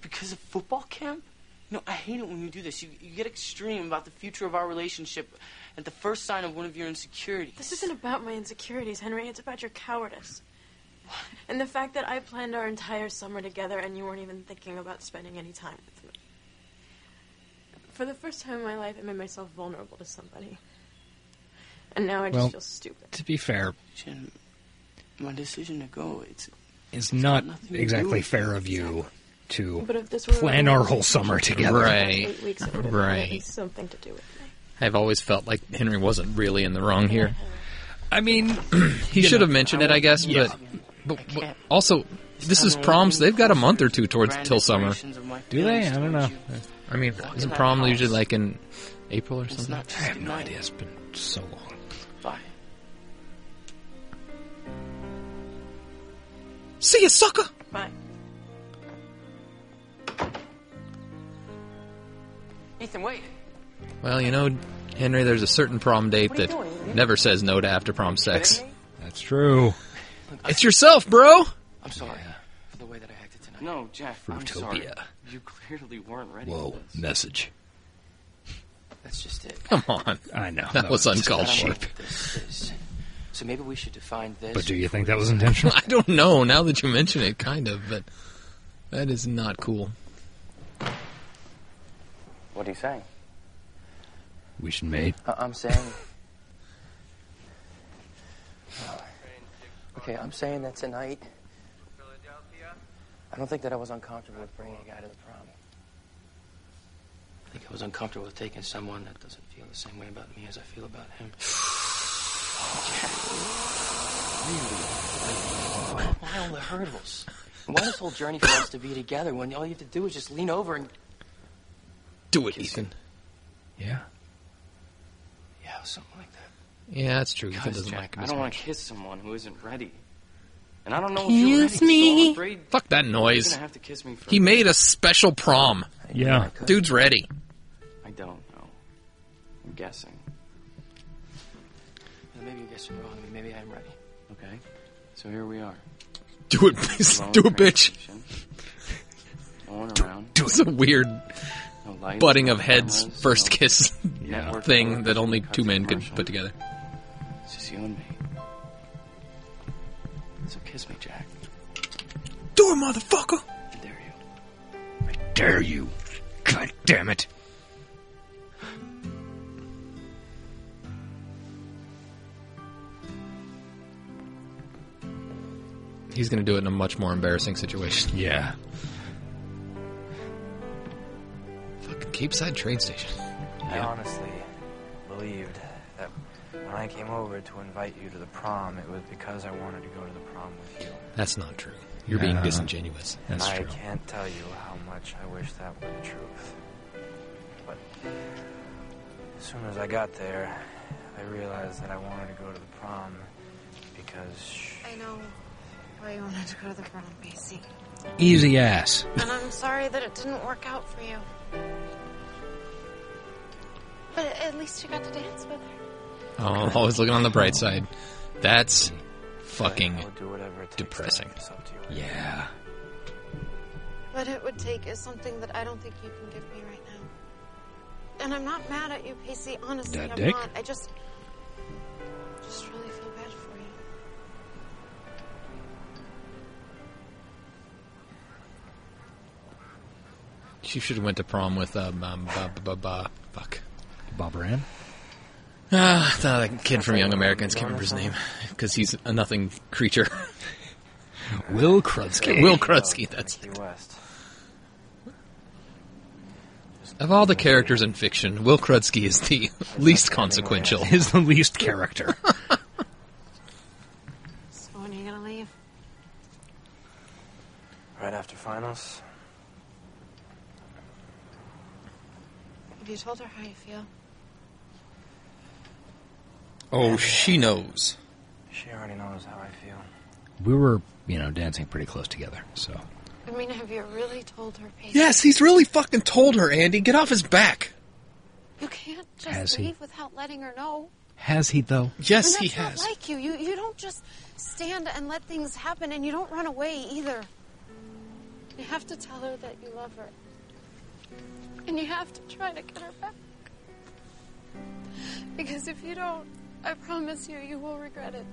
[SPEAKER 8] Because of football camp? No, I hate it when you do this. You, you get extreme about the future of our relationship at the first sign of one of your insecurities.
[SPEAKER 11] This isn't about my insecurities, Henry. It's about your cowardice. And the fact that I planned our entire summer together and you weren't even thinking about spending any time with me. For the first time in my life, I made myself vulnerable to somebody. And now I just
[SPEAKER 2] Well,
[SPEAKER 11] feel stupid.
[SPEAKER 2] to be fair,
[SPEAKER 8] Jen, my decision to go, it's...
[SPEAKER 2] it's not
[SPEAKER 8] nothing to do
[SPEAKER 2] exactly
[SPEAKER 8] with
[SPEAKER 2] fair of you to
[SPEAKER 11] But if this were
[SPEAKER 2] plan
[SPEAKER 11] a-
[SPEAKER 2] our whole summer together.
[SPEAKER 3] Right.
[SPEAKER 11] Eight weeks, it would have had at
[SPEAKER 3] Right.
[SPEAKER 11] least something to do with me.
[SPEAKER 3] I've always felt like Henry wasn't really in the wrong here.
[SPEAKER 2] I mean,
[SPEAKER 3] he should have mentioned it, I guess, but, but, but also, this is prom, so they've got a month or two towards till summer.
[SPEAKER 2] Do they? I don't know.
[SPEAKER 3] I mean, isn't prom usually like in April or something?
[SPEAKER 2] I have no idea. It's been so long.
[SPEAKER 8] Bye.
[SPEAKER 3] See you, sucker!
[SPEAKER 11] Bye.
[SPEAKER 8] Ethan, wait.
[SPEAKER 3] Well, you know, Henry, there's a certain prom date
[SPEAKER 8] What are you
[SPEAKER 3] that
[SPEAKER 8] doing?
[SPEAKER 3] never says no to after prom sex.
[SPEAKER 2] That's true.
[SPEAKER 3] It's yourself, bro!
[SPEAKER 8] I'm sorry for the way that I acted tonight. No, Jack, I'm sorry.
[SPEAKER 2] Fruitopia.
[SPEAKER 8] You clearly weren't ready
[SPEAKER 2] Whoa,
[SPEAKER 8] for this.
[SPEAKER 2] message.
[SPEAKER 8] That's just it.
[SPEAKER 3] Come on.
[SPEAKER 2] I know.
[SPEAKER 3] That was uncalled
[SPEAKER 8] I don't
[SPEAKER 3] for.
[SPEAKER 8] know what this is. So maybe we should define this.
[SPEAKER 3] But do
[SPEAKER 2] You think that was intentional?
[SPEAKER 3] I don't know, now that you mention it, kind of, but that is not cool.
[SPEAKER 8] What are you saying?
[SPEAKER 2] We should mate.
[SPEAKER 8] I- Uh, I'm saying. okay, I'm saying that tonight. I don't think that I was uncomfortable with bringing a guy to the prom. I think I was uncomfortable with taking someone that doesn't feel the same way about me as I feel about him. Really? Like, Why all the hurdles? And Why this whole journey for us to be together when all you have to do is just lean over and.
[SPEAKER 3] Do it, Ethan.
[SPEAKER 2] Yeah.
[SPEAKER 8] Yeah, something like that.
[SPEAKER 3] Yeah, that's true. Ethan
[SPEAKER 8] Guys,
[SPEAKER 3] doesn't
[SPEAKER 8] Jack,
[SPEAKER 3] like him
[SPEAKER 8] I
[SPEAKER 3] as
[SPEAKER 8] don't want
[SPEAKER 3] much.
[SPEAKER 8] to kiss someone who isn't ready. And I don't know if you're ready,
[SPEAKER 3] Kiss
[SPEAKER 8] so I'm
[SPEAKER 3] me.
[SPEAKER 8] afraid
[SPEAKER 3] Fuck that
[SPEAKER 8] you're
[SPEAKER 3] noise.
[SPEAKER 8] gonna have to kiss me for-
[SPEAKER 3] He made a special prom.
[SPEAKER 2] Yeah.
[SPEAKER 3] Dude's ready.
[SPEAKER 8] I don't know. I'm guessing. But maybe you guys are wrong. I mean, maybe I'm ready. Okay. So here we are.
[SPEAKER 3] Do it, please. Do it, bitch.
[SPEAKER 8] No one around.
[SPEAKER 3] Do it's a weird
[SPEAKER 8] No lights,
[SPEAKER 3] butting
[SPEAKER 8] no
[SPEAKER 3] of heads
[SPEAKER 8] cameras,
[SPEAKER 3] first
[SPEAKER 8] no
[SPEAKER 3] kiss
[SPEAKER 8] network
[SPEAKER 3] thing
[SPEAKER 8] work,
[SPEAKER 3] that only
[SPEAKER 8] cuts
[SPEAKER 3] two
[SPEAKER 8] of
[SPEAKER 3] men could
[SPEAKER 8] commercial.
[SPEAKER 3] put together.
[SPEAKER 8] It's just you and me. So kiss me, Jack.
[SPEAKER 3] Do it, motherfucker!
[SPEAKER 2] I dare you. God damn it.
[SPEAKER 3] He's going to do it in a much more embarrassing situation.
[SPEAKER 2] Yeah.
[SPEAKER 3] Fucking Cape Side train station.
[SPEAKER 14] I honestly believed that when I came over to invite you to the prom, it was because I wanted to go to the prom with you.
[SPEAKER 3] That's not true. You're being
[SPEAKER 2] Uh,
[SPEAKER 3] disingenuous.
[SPEAKER 14] I can't tell you how much I wish that were the truth. But as soon as I got there, I realized that I wanted to go to the prom because
[SPEAKER 12] I know why you wanted to go to the prom, Macy.
[SPEAKER 2] Easy ass.
[SPEAKER 12] and I'm sorry that it didn't work out for you. But at least you got to dance with her.
[SPEAKER 3] Oh, always looking on the bright side. That's fucking depressing. Yeah.
[SPEAKER 12] What it would take is something that I don't think you can give me right now. And I'm not mad at you, Pacey. Honestly,
[SPEAKER 2] That
[SPEAKER 12] I'm
[SPEAKER 2] dick?
[SPEAKER 12] not. I just, just really feel bad for you.
[SPEAKER 3] She should have went to prom with um, um ba, ba, ba, ba, fuck.
[SPEAKER 2] Bob Ran?
[SPEAKER 3] Ah, the kid from Young Americans. Can't remember his name because he's a nothing creature.
[SPEAKER 2] Will Krudsky.
[SPEAKER 3] Will Krudsky. That's
[SPEAKER 14] Key West.
[SPEAKER 3] of all the characters in fiction, Will Krudsky is the least consequential.
[SPEAKER 2] Is the least character.
[SPEAKER 12] So when are you gonna leave?
[SPEAKER 14] Right after finals,
[SPEAKER 12] Have you told her how you feel?
[SPEAKER 3] Oh, she knows.
[SPEAKER 14] she already knows how I feel.
[SPEAKER 2] We were, you know, dancing pretty close together, so.
[SPEAKER 12] I mean, have you really told her, Pacey?
[SPEAKER 3] Yes, he's really fucking told her, Andy. Get off his back.
[SPEAKER 12] You can't just
[SPEAKER 2] Has he?
[SPEAKER 12] leave without letting her know.
[SPEAKER 2] Has he, though?
[SPEAKER 3] Yes,
[SPEAKER 12] And that's Not like you. you, you don't just stand and let things happen, and you don't run away either. You have to tell her that you love her, and you have to try to get her back. Because if you don't, I promise you, you will regret it.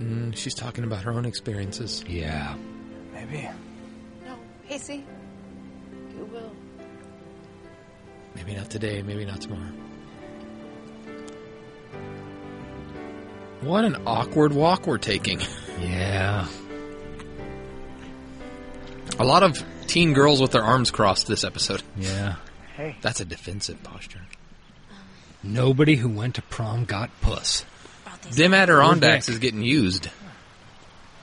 [SPEAKER 3] Mm, she's talking about her own experiences.
[SPEAKER 2] Yeah.
[SPEAKER 14] Maybe.
[SPEAKER 12] No, Pacey, you will.
[SPEAKER 3] Maybe not today, maybe not tomorrow. What an awkward walk we're taking.
[SPEAKER 2] Yeah.
[SPEAKER 3] A lot of teen girls with their arms crossed this episode.
[SPEAKER 2] Yeah.
[SPEAKER 14] Hey.
[SPEAKER 3] That's a defensive posture.
[SPEAKER 2] Nobody who went to prom got puss.
[SPEAKER 3] Them Adirondacks is getting used.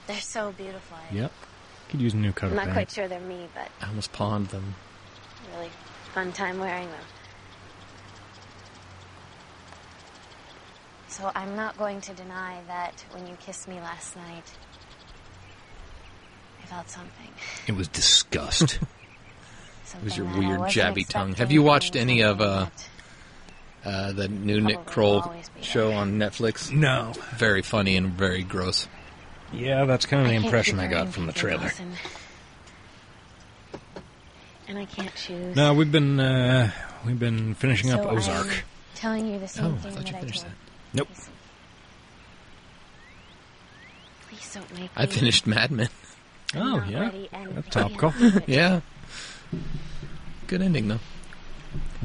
[SPEAKER 4] They're so beautiful.
[SPEAKER 2] Yep. Could use a new coat.
[SPEAKER 4] I'm not
[SPEAKER 2] Brandon.
[SPEAKER 4] quite sure they're me, but
[SPEAKER 3] I almost pawned them.
[SPEAKER 4] really fun time wearing them. So I'm not going to deny that when you kissed me last night, I felt something.
[SPEAKER 2] It was disgust.
[SPEAKER 3] It was your
[SPEAKER 4] Something that I
[SPEAKER 3] weird
[SPEAKER 4] wasn't
[SPEAKER 3] jabby tongue. Have you watched any of uh, uh, the new Nick Kroll show on Netflix?
[SPEAKER 2] No.
[SPEAKER 3] Very funny and very gross.
[SPEAKER 2] yeah, that's kind of the
[SPEAKER 4] can't
[SPEAKER 2] impression
[SPEAKER 4] keep
[SPEAKER 2] I got
[SPEAKER 4] learning
[SPEAKER 2] from the
[SPEAKER 4] people,
[SPEAKER 2] trailer.
[SPEAKER 4] Lawson. And I can't choose.
[SPEAKER 2] No, we've been uh, we've been finishing
[SPEAKER 4] so
[SPEAKER 2] up Ozark.
[SPEAKER 4] I'm telling you the same
[SPEAKER 3] Oh, I
[SPEAKER 4] thing
[SPEAKER 3] thought
[SPEAKER 4] that
[SPEAKER 3] you
[SPEAKER 4] I
[SPEAKER 3] finished
[SPEAKER 4] told.
[SPEAKER 2] Nope.
[SPEAKER 4] Please don't make
[SPEAKER 3] I
[SPEAKER 4] me.
[SPEAKER 3] finished Mad Men.
[SPEAKER 4] I'm
[SPEAKER 2] Oh,
[SPEAKER 4] not
[SPEAKER 2] yeah.
[SPEAKER 4] ready and
[SPEAKER 2] That's
[SPEAKER 4] I can't
[SPEAKER 2] topical.
[SPEAKER 4] do it.
[SPEAKER 3] yeah. Good ending though.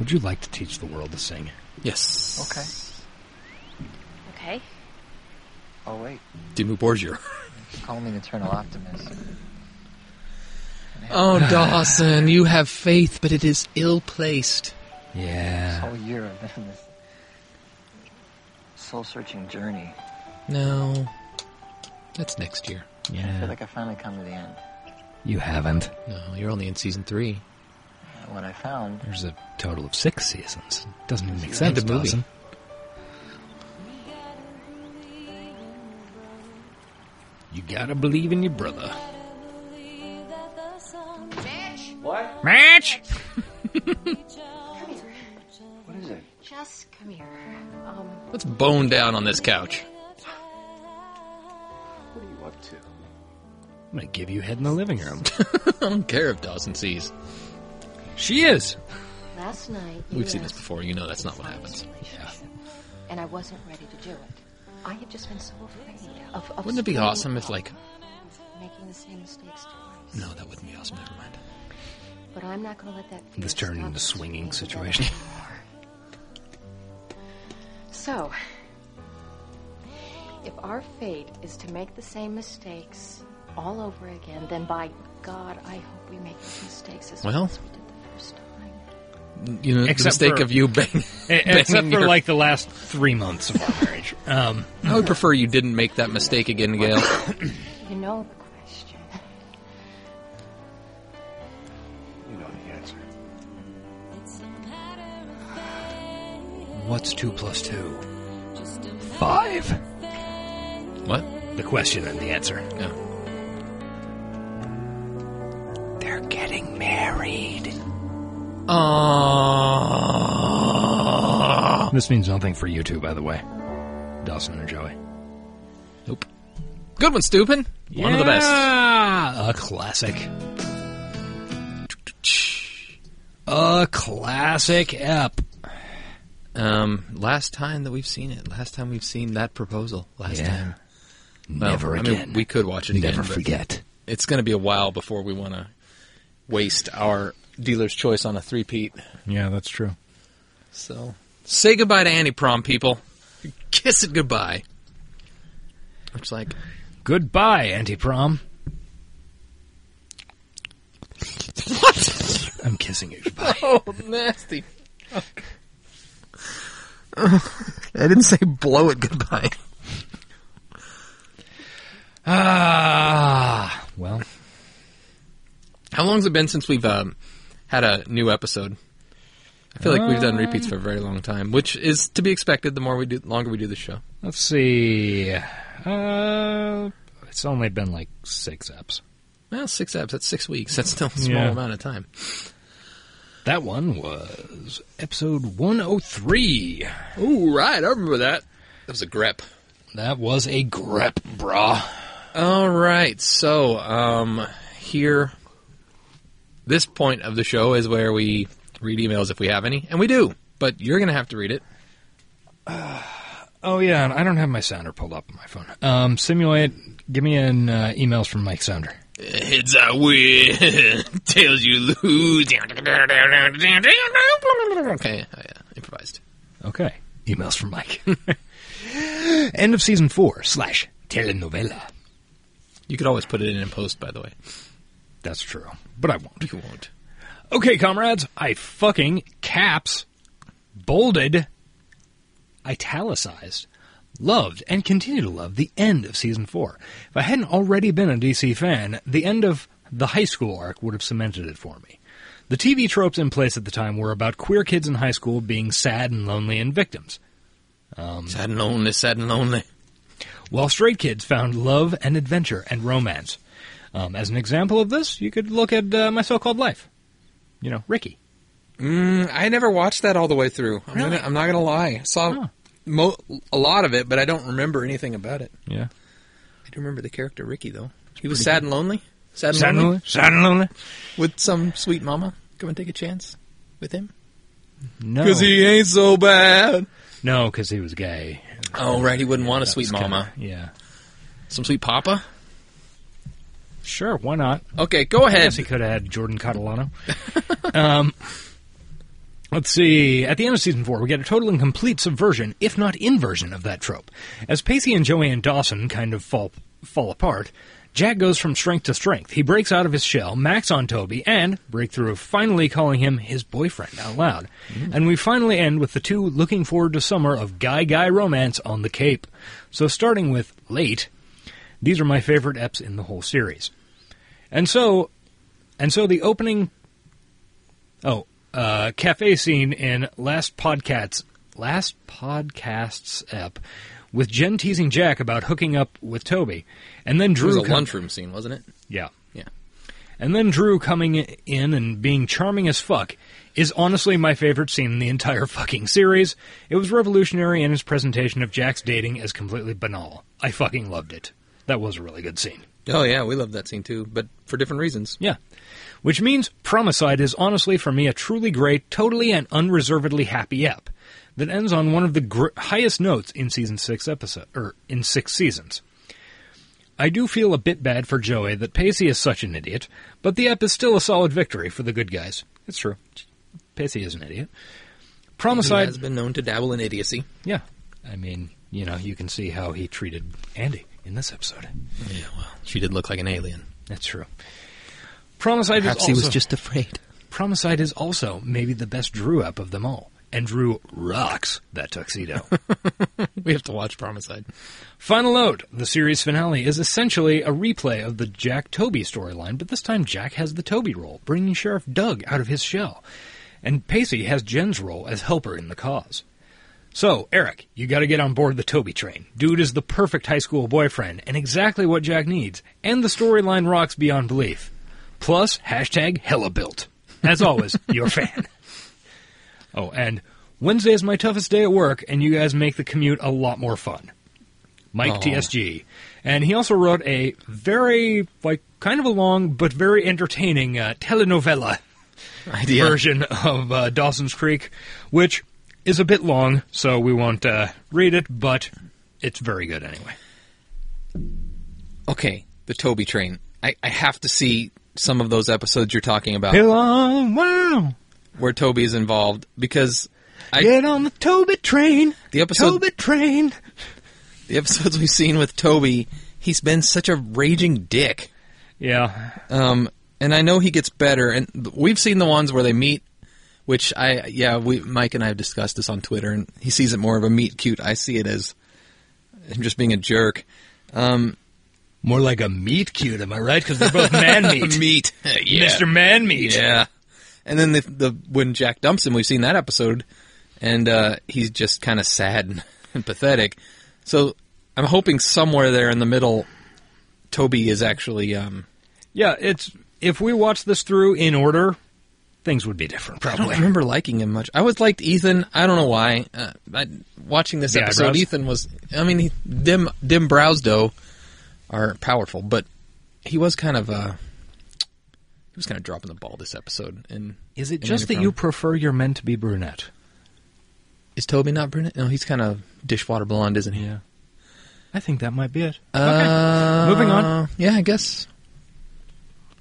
[SPEAKER 2] Would you like to teach the world to sing?
[SPEAKER 3] Yes.
[SPEAKER 14] Okay.
[SPEAKER 4] Okay.
[SPEAKER 14] Oh wait,
[SPEAKER 3] Dimmu Borgir.
[SPEAKER 14] call me an eternal optimist.
[SPEAKER 3] Oh, Dawson, you have faith, but it is ill placed.
[SPEAKER 14] This
[SPEAKER 2] Yeah.
[SPEAKER 14] whole year I've been on this soul-searching journey.
[SPEAKER 3] No. That's next year.
[SPEAKER 14] I feel
[SPEAKER 2] Yeah.
[SPEAKER 14] like I finally come to the end.
[SPEAKER 2] You haven't.
[SPEAKER 3] No, you're only in season three.
[SPEAKER 14] And What I found
[SPEAKER 2] There's a total of six seasons. Doesn't even make
[SPEAKER 3] It's like
[SPEAKER 2] sense,
[SPEAKER 3] the movie.
[SPEAKER 2] Dawson. You gotta believe in your brother.
[SPEAKER 6] What?
[SPEAKER 2] Match!
[SPEAKER 14] What is it?
[SPEAKER 6] Shut Just come here. Um,
[SPEAKER 3] Let's bone down on this couch.
[SPEAKER 7] What are you up to?
[SPEAKER 2] I'm gonna give you head in the living room.
[SPEAKER 3] I don't care if Dawson sees. She is.
[SPEAKER 6] last night. you
[SPEAKER 3] We've seen this
[SPEAKER 6] asked-
[SPEAKER 3] before. You know that's not what happens.
[SPEAKER 6] And I wasn't ready to do it. I had just been so afraid of. of
[SPEAKER 3] Wouldn't it be
[SPEAKER 6] screwing
[SPEAKER 3] awesome if,
[SPEAKER 6] up,
[SPEAKER 3] like,
[SPEAKER 6] Making the same mistakes twice.
[SPEAKER 3] no, that wouldn't be awesome. Never mind.
[SPEAKER 6] But I'm not going to let that fear
[SPEAKER 2] This turned
[SPEAKER 6] stop
[SPEAKER 2] into a
[SPEAKER 6] us from
[SPEAKER 2] swinging
[SPEAKER 6] being together
[SPEAKER 2] situation.
[SPEAKER 6] anymore. So, if our fate is to make the same mistakes all over again, then by God, I hope we make those mistakes as well,
[SPEAKER 3] Well.
[SPEAKER 6] as we did the first time.
[SPEAKER 3] You know, the mistake
[SPEAKER 2] for-
[SPEAKER 3] of you bang,
[SPEAKER 2] Eh, except
[SPEAKER 3] banging
[SPEAKER 2] for
[SPEAKER 3] your-
[SPEAKER 2] like the last three months of our marriage. Um,
[SPEAKER 3] I would prefer you didn't make that mistake again, Gail.
[SPEAKER 6] You know the question.
[SPEAKER 7] You know the answer.
[SPEAKER 2] What's two plus two? Five.
[SPEAKER 3] What?
[SPEAKER 2] The question and the answer.
[SPEAKER 3] No.
[SPEAKER 2] They're getting married.
[SPEAKER 3] Aww.
[SPEAKER 2] This means nothing for you two, by the way. Dawson or Joey.
[SPEAKER 3] Good one, Stupin. One of the best.
[SPEAKER 2] Yeah, A classic. A classic ep.
[SPEAKER 3] Um, last time that we've seen it, last time we've seen that proposal, last
[SPEAKER 2] Yeah.
[SPEAKER 3] time.
[SPEAKER 2] Never
[SPEAKER 3] I mean,
[SPEAKER 2] again.
[SPEAKER 3] we could watch it again.
[SPEAKER 2] Never
[SPEAKER 3] but
[SPEAKER 2] forget.
[SPEAKER 3] It's going to be a while before we want to waste our dealer's choice on a three-peat.
[SPEAKER 2] Yeah, that's true.
[SPEAKER 3] So say goodbye to Annie Prom, people. Kiss it goodbye. It's like
[SPEAKER 2] Goodbye, anti prom. What? I'm kissing you. Goodbye.
[SPEAKER 3] oh nasty. I didn't say blow it goodbye.
[SPEAKER 2] Ah, well,
[SPEAKER 3] How long's it been since we've um, had a new episode? I feel like we've done repeats for a very long time, which is to be expected. The more we do, longer we do the show.
[SPEAKER 2] let's see. Uh, it's only been like six eps.
[SPEAKER 3] Well, six eps. That's six weeks. That's still a small
[SPEAKER 2] Yeah.
[SPEAKER 3] amount of time.
[SPEAKER 2] That one was episode 103.
[SPEAKER 3] Ooh, right. I remember that. That was a grep.
[SPEAKER 2] That was a grep, brah.
[SPEAKER 3] All right. So, um, here, this point of the show is where we read emails if we have any, and we do. But you're going to have to read it.
[SPEAKER 2] Oh yeah, and I don't have my sounder pulled up on my phone. Um, simulate. Give me an uh, emails from Mike Sounder.
[SPEAKER 3] Heads I win, tails you lose. Okay, I uh, improvised.
[SPEAKER 2] Okay, emails from Mike. End of season four slash telenovela.
[SPEAKER 3] You could always put it in in post, by the way.
[SPEAKER 2] That's true, but I won't.
[SPEAKER 3] You won't.
[SPEAKER 2] Okay, comrades, I fucking caps, bolded, italicized, loved, and continue to love the end of season four. If I hadn't already been a DC fan, the end of the high school arc would have cemented it for me. The TV tropes in place at the time were about queer kids in high school being sad and lonely and victims. Um,
[SPEAKER 3] Sad and lonely, sad and lonely.
[SPEAKER 2] while straight kids found love and adventure and romance. Um, as an example of this, you could look at uh, my so-called life. You know, Ricky.
[SPEAKER 3] Mm, I never watched that all the way through. I'm, gonna, I'm not going to lie. I saw mo- a lot of it, but I don't remember anything about it.
[SPEAKER 2] Yeah.
[SPEAKER 3] I do remember the character Ricky, though. He was
[SPEAKER 2] pretty
[SPEAKER 3] sad
[SPEAKER 2] good.
[SPEAKER 3] and lonely. Sad and
[SPEAKER 2] Sad and
[SPEAKER 3] lonely.
[SPEAKER 2] lonely? Sad and lonely?
[SPEAKER 3] With some sweet mama. Come and take a chance with him.
[SPEAKER 2] No.
[SPEAKER 3] he ain't so bad.
[SPEAKER 2] No, because he was gay.
[SPEAKER 3] Oh, right. He wouldn't want a
[SPEAKER 2] That
[SPEAKER 3] sweet
[SPEAKER 2] was kinda-
[SPEAKER 3] mama.
[SPEAKER 2] yeah.
[SPEAKER 3] Some sweet papa?
[SPEAKER 2] Sure, why not?
[SPEAKER 3] Okay, go
[SPEAKER 2] I
[SPEAKER 3] ahead.
[SPEAKER 2] guess he could have had Jordan Catalano. um, let's see. At the end of season four, we get a total and complete subversion, if not inversion, of that trope. As Pacey and Joanne Dawson kind of fall fall apart, Jack goes from strength to strength. He breaks out of his shell, Max on Toby, and breakthrough of finally calling him his boyfriend out loud. And we finally end with the two looking forward to summer of guy guy romance on the Cape. So starting with late, these are my favorite eps in the whole series. And so, and so the opening, oh, uh, cafe scene in last podcast's last podcast's ep with Jen teasing Jack about hooking up with Toby, and then
[SPEAKER 3] It was
[SPEAKER 2] Drew
[SPEAKER 3] a
[SPEAKER 2] com-
[SPEAKER 3] lunchroom scene, wasn't it?
[SPEAKER 2] yeah,
[SPEAKER 3] Yeah.
[SPEAKER 2] And then Drew coming in and being charming as fuck is honestly my favorite scene in the entire fucking series. It was revolutionary in his presentation of Jack's dating as completely banal. I fucking loved it. That was a really good scene.
[SPEAKER 3] Oh yeah, we love that scene too, but for different reasons.
[SPEAKER 2] Yeah. Which means Promicide is honestly for me a truly great, totally and unreservedly happy ep that ends on one of the gr- highest notes in season 6 episode or in 6 seasons. I do feel a bit bad for Joey that Pacey is such an idiot, but the ep is still a solid victory for the good guys. It's true. Pacey is an idiot.
[SPEAKER 3] He
[SPEAKER 2] Promicide
[SPEAKER 3] has been known to dabble in idiocy.
[SPEAKER 2] yeah. I mean, you know, you can see how he treated Andy in this episode.
[SPEAKER 3] Yeah, well, she did look like an alien.
[SPEAKER 2] That's true. Promicide
[SPEAKER 3] Perhaps
[SPEAKER 2] is
[SPEAKER 3] he
[SPEAKER 2] also,
[SPEAKER 3] was just afraid.
[SPEAKER 2] Promicide is also maybe the best Drew up of them all. And Drew rocks that tuxedo.
[SPEAKER 3] we have to watch Promicide.
[SPEAKER 2] Final note the series finale is essentially a replay of the Jack Toby storyline, but this time Jack has the Toby role, bringing Sheriff Doug out of his shell. And Pacey has Jen's role as helper in the cause. So, Eric, you gotta get on board the Toby train. Dude is the perfect high school boyfriend, and exactly what Jack needs, and the storyline rocks beyond belief. Plus, hashtag hella built. As always, your fan. Oh, and Wednesday is my toughest day at work, and you guys make the commute a lot more fun. Mike
[SPEAKER 3] Aw.
[SPEAKER 2] TSG. And he also wrote a very, like, kind of a long, but very entertaining uh, telenovela
[SPEAKER 3] Idea.
[SPEAKER 2] version of uh, Dawson's Creek, which is a bit long, so we won't uh, read it, but it's very good anyway.
[SPEAKER 3] Okay, the Toby train. I, I have to see some of those episodes you're talking about
[SPEAKER 2] Hello, wow.
[SPEAKER 3] where Toby is involved because I,
[SPEAKER 2] Get on the Toby train.
[SPEAKER 3] the episode
[SPEAKER 2] Toby train.
[SPEAKER 3] the episodes we've seen with Toby, he's been such a raging dick.
[SPEAKER 2] Yeah.
[SPEAKER 3] Um, and I know he gets better, and we've seen the ones where they meet, which I yeah, we Mike and I have discussed this on Twitter, and he sees it more of a meet cute. I see it as him just being a jerk. Um,
[SPEAKER 2] more like a meat cute, am I right? Because they're both man meat.
[SPEAKER 3] meat, yeah.
[SPEAKER 2] Mr. Man meat.
[SPEAKER 3] Yeah. And then the, the when Jack dumps him, we've seen that episode, and uh, he's just kind of sad and pathetic. So I'm hoping somewhere there in the middle, Toby is actually um,
[SPEAKER 2] Yeah, it's if we watch this through in order, things would be different. Probably.
[SPEAKER 3] I don't remember liking him much. I always liked Ethan. I don't know why. Uh, I, watching this
[SPEAKER 2] The
[SPEAKER 3] episode,
[SPEAKER 2] eyebrows?
[SPEAKER 3] Ethan was. I mean, he, dim dim brows though are powerful, but he was kind of uh, he was kind of dropping the ball this episode. And
[SPEAKER 2] Is it just that you prefer your men to be brunette?
[SPEAKER 3] is Toby not brunette? No, he's kind of dishwater blonde, isn't he? Yeah.
[SPEAKER 2] I think that might be it.
[SPEAKER 3] Uh,
[SPEAKER 2] okay. Moving on.
[SPEAKER 3] Yeah, I guess.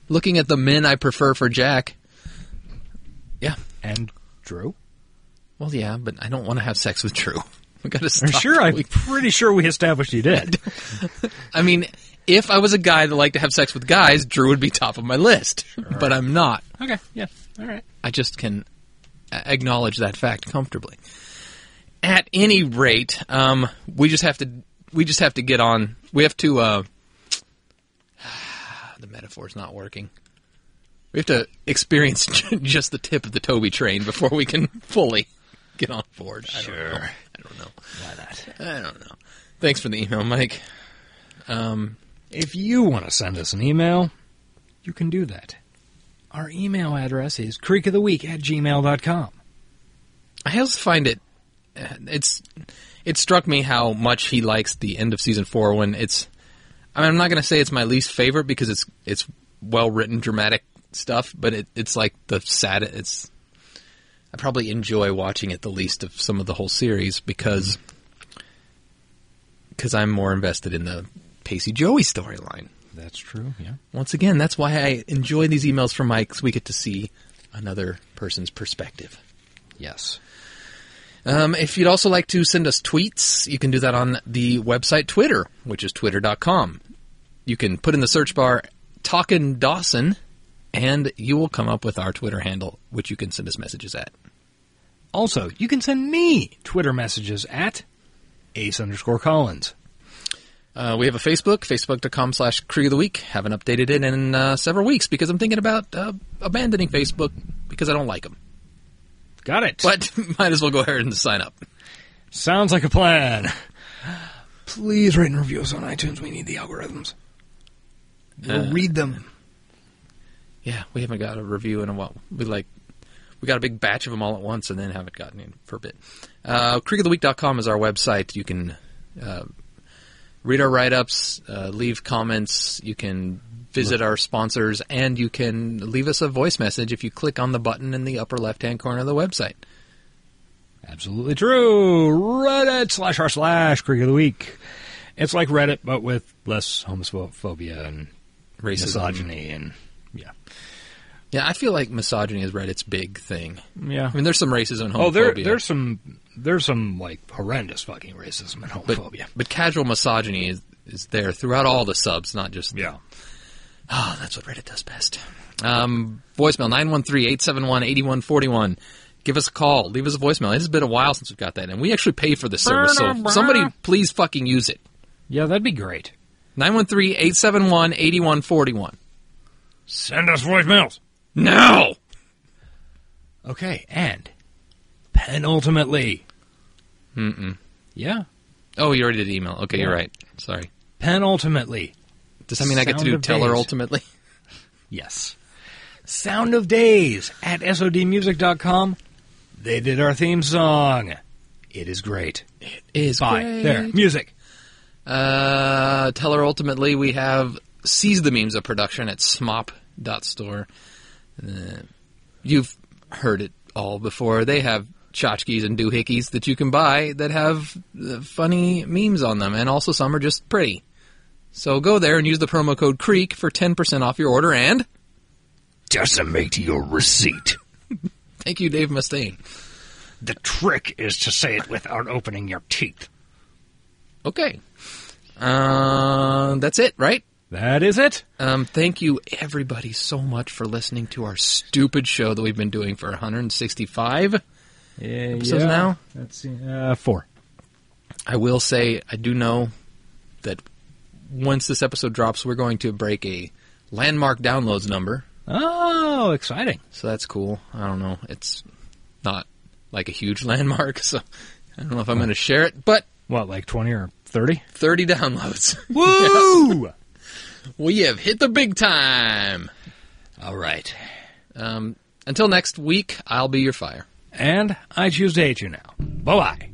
[SPEAKER 3] Looking at the men I prefer for Jack. Yeah.
[SPEAKER 2] And Drew?
[SPEAKER 3] Well, yeah, but I don't want to have sex with Drew. We got to
[SPEAKER 2] I'm
[SPEAKER 3] stop.
[SPEAKER 2] sure. I'm pretty sure we established you did.
[SPEAKER 3] I mean, if I was a guy that liked to have sex with guys, Drew would be top of my list. But I'm not.
[SPEAKER 2] okay. Yeah. All right.
[SPEAKER 3] I just can a- acknowledge that fact comfortably. At any rate, um, we just have to we just have to get on. We have to. Uh, the metaphor's not working. We have to experience ju- just the tip of the Toby train before we can fully get on board. I sure. Don't know. I don't know.
[SPEAKER 2] Why not?
[SPEAKER 3] I don't know. Thanks for the email, Mike. Um,
[SPEAKER 2] If you want to send us an email, you can do that. Our email address is creekoftheweek at gmail.com.
[SPEAKER 3] I also find it uh, it's it struck me how much he likes the end of season four when it's I mean I'm not gonna say it's my least favorite because it's it's well written dramatic stuff, but it, it's like the sad it's I probably enjoy watching it the least of some of the whole series because because I'm more invested in the Pacey Joey storyline.
[SPEAKER 2] That's true, yeah.
[SPEAKER 3] Once again, that's why I enjoy these emails from Mike 'cause we get to see another person's perspective.
[SPEAKER 2] Yes.
[SPEAKER 3] Um, if you'd also like to send us tweets, you can do that on the website Twitter, which is twitter.com. You can put in the search bar Talkin' Dawson, and you will come up with our Twitter handle, which you can send us messages at.
[SPEAKER 2] Also, you can send me Twitter messages at ace underscore collins.
[SPEAKER 3] Uh, we have a Facebook, facebook.com slash Creek of the Week. Haven't updated it in uh, several weeks because I'm thinking about uh, abandoning Facebook because I don't like them.
[SPEAKER 2] Got it.
[SPEAKER 3] But might as well go ahead and sign up.
[SPEAKER 2] Sounds like a plan. Please rate and review us on iTunes. We need the algorithms. We'll
[SPEAKER 3] Uh,
[SPEAKER 2] read them.
[SPEAKER 3] Yeah, we haven't got a review in a while. We like we got a big batch of them all at once, and then haven't gotten in for a bit. Uh, creekoftheweek.com is our website. You can uh, read our write-ups, uh, leave comments. You can visit our sponsors, and you can leave us a voice message if you click on the button in the upper left-hand corner of the website.
[SPEAKER 2] Absolutely true. Reddit slash r slash Creek of the Week. It's like Reddit, but with less homophobia and
[SPEAKER 3] Racism.
[SPEAKER 2] misogyny and yeah.
[SPEAKER 3] Yeah, I feel like misogyny is Reddit's big thing.
[SPEAKER 2] Yeah.
[SPEAKER 3] I mean, there's some racism and homophobia.
[SPEAKER 2] Oh, there, there's some there's some like horrendous fucking racism and homophobia.
[SPEAKER 3] But, but casual misogyny is, is there throughout all the subs, not just.
[SPEAKER 2] Yeah.
[SPEAKER 3] Oh, that's what Reddit does best. Um, voicemail 913 871 8141. Give us a call. Leave us a voicemail. It has been a while since we've got that, and we actually pay for this service, so if somebody please fucking use it.
[SPEAKER 2] Yeah, that'd be great.
[SPEAKER 3] 913 871 8141.
[SPEAKER 2] Send us voicemails.
[SPEAKER 3] No!
[SPEAKER 2] Okay, and penultimately.
[SPEAKER 3] Mm-mm.
[SPEAKER 2] Yeah.
[SPEAKER 3] Oh, you already did email. Okay, you're
[SPEAKER 2] Yeah.
[SPEAKER 3] right. Sorry.
[SPEAKER 2] Penultimately.
[SPEAKER 3] Does that mean I get to
[SPEAKER 2] Sound
[SPEAKER 3] do
[SPEAKER 2] of
[SPEAKER 3] tell her
[SPEAKER 2] days.
[SPEAKER 3] ultimately?
[SPEAKER 2] Yes. Sound of Days at SODmusic.com. They did our theme song. It is great. It
[SPEAKER 3] is
[SPEAKER 2] Bye.
[SPEAKER 3] great.
[SPEAKER 2] There. Music.
[SPEAKER 3] Uh, tell her ultimately we have Seize the Memes of Production at smop.store. Uh, you've heard it all before. They have tchotchkes and doohickeys that you can buy that have uh, funny memes on them, and also some are just pretty. So go there and use the promo code CREEK for 10% off your order and.
[SPEAKER 2] Decimate your receipt.
[SPEAKER 3] Thank you, Dave Mustaine.
[SPEAKER 2] The trick is to say it without opening your teeth.
[SPEAKER 3] Okay. Uh, that's it, right?
[SPEAKER 2] That is it.
[SPEAKER 3] Um, thank you, everybody, so much for listening to our stupid show that we've been doing for 165 episodes
[SPEAKER 2] yeah.
[SPEAKER 3] now.
[SPEAKER 2] That's uh, four.
[SPEAKER 3] I will say, I do know that once this episode drops, we're going to break a landmark downloads number.
[SPEAKER 2] Oh, exciting.
[SPEAKER 3] So that's cool. I don't know. It's not like a huge landmark, so I don't know if I'm going to share it, but
[SPEAKER 2] What, like 20 or 30?
[SPEAKER 3] 30 downloads.
[SPEAKER 2] Woo!
[SPEAKER 3] We have hit the big time.
[SPEAKER 2] All right.
[SPEAKER 3] Um, until next week, I'll be your fire.
[SPEAKER 2] And I choose to hate you now. Bye bye.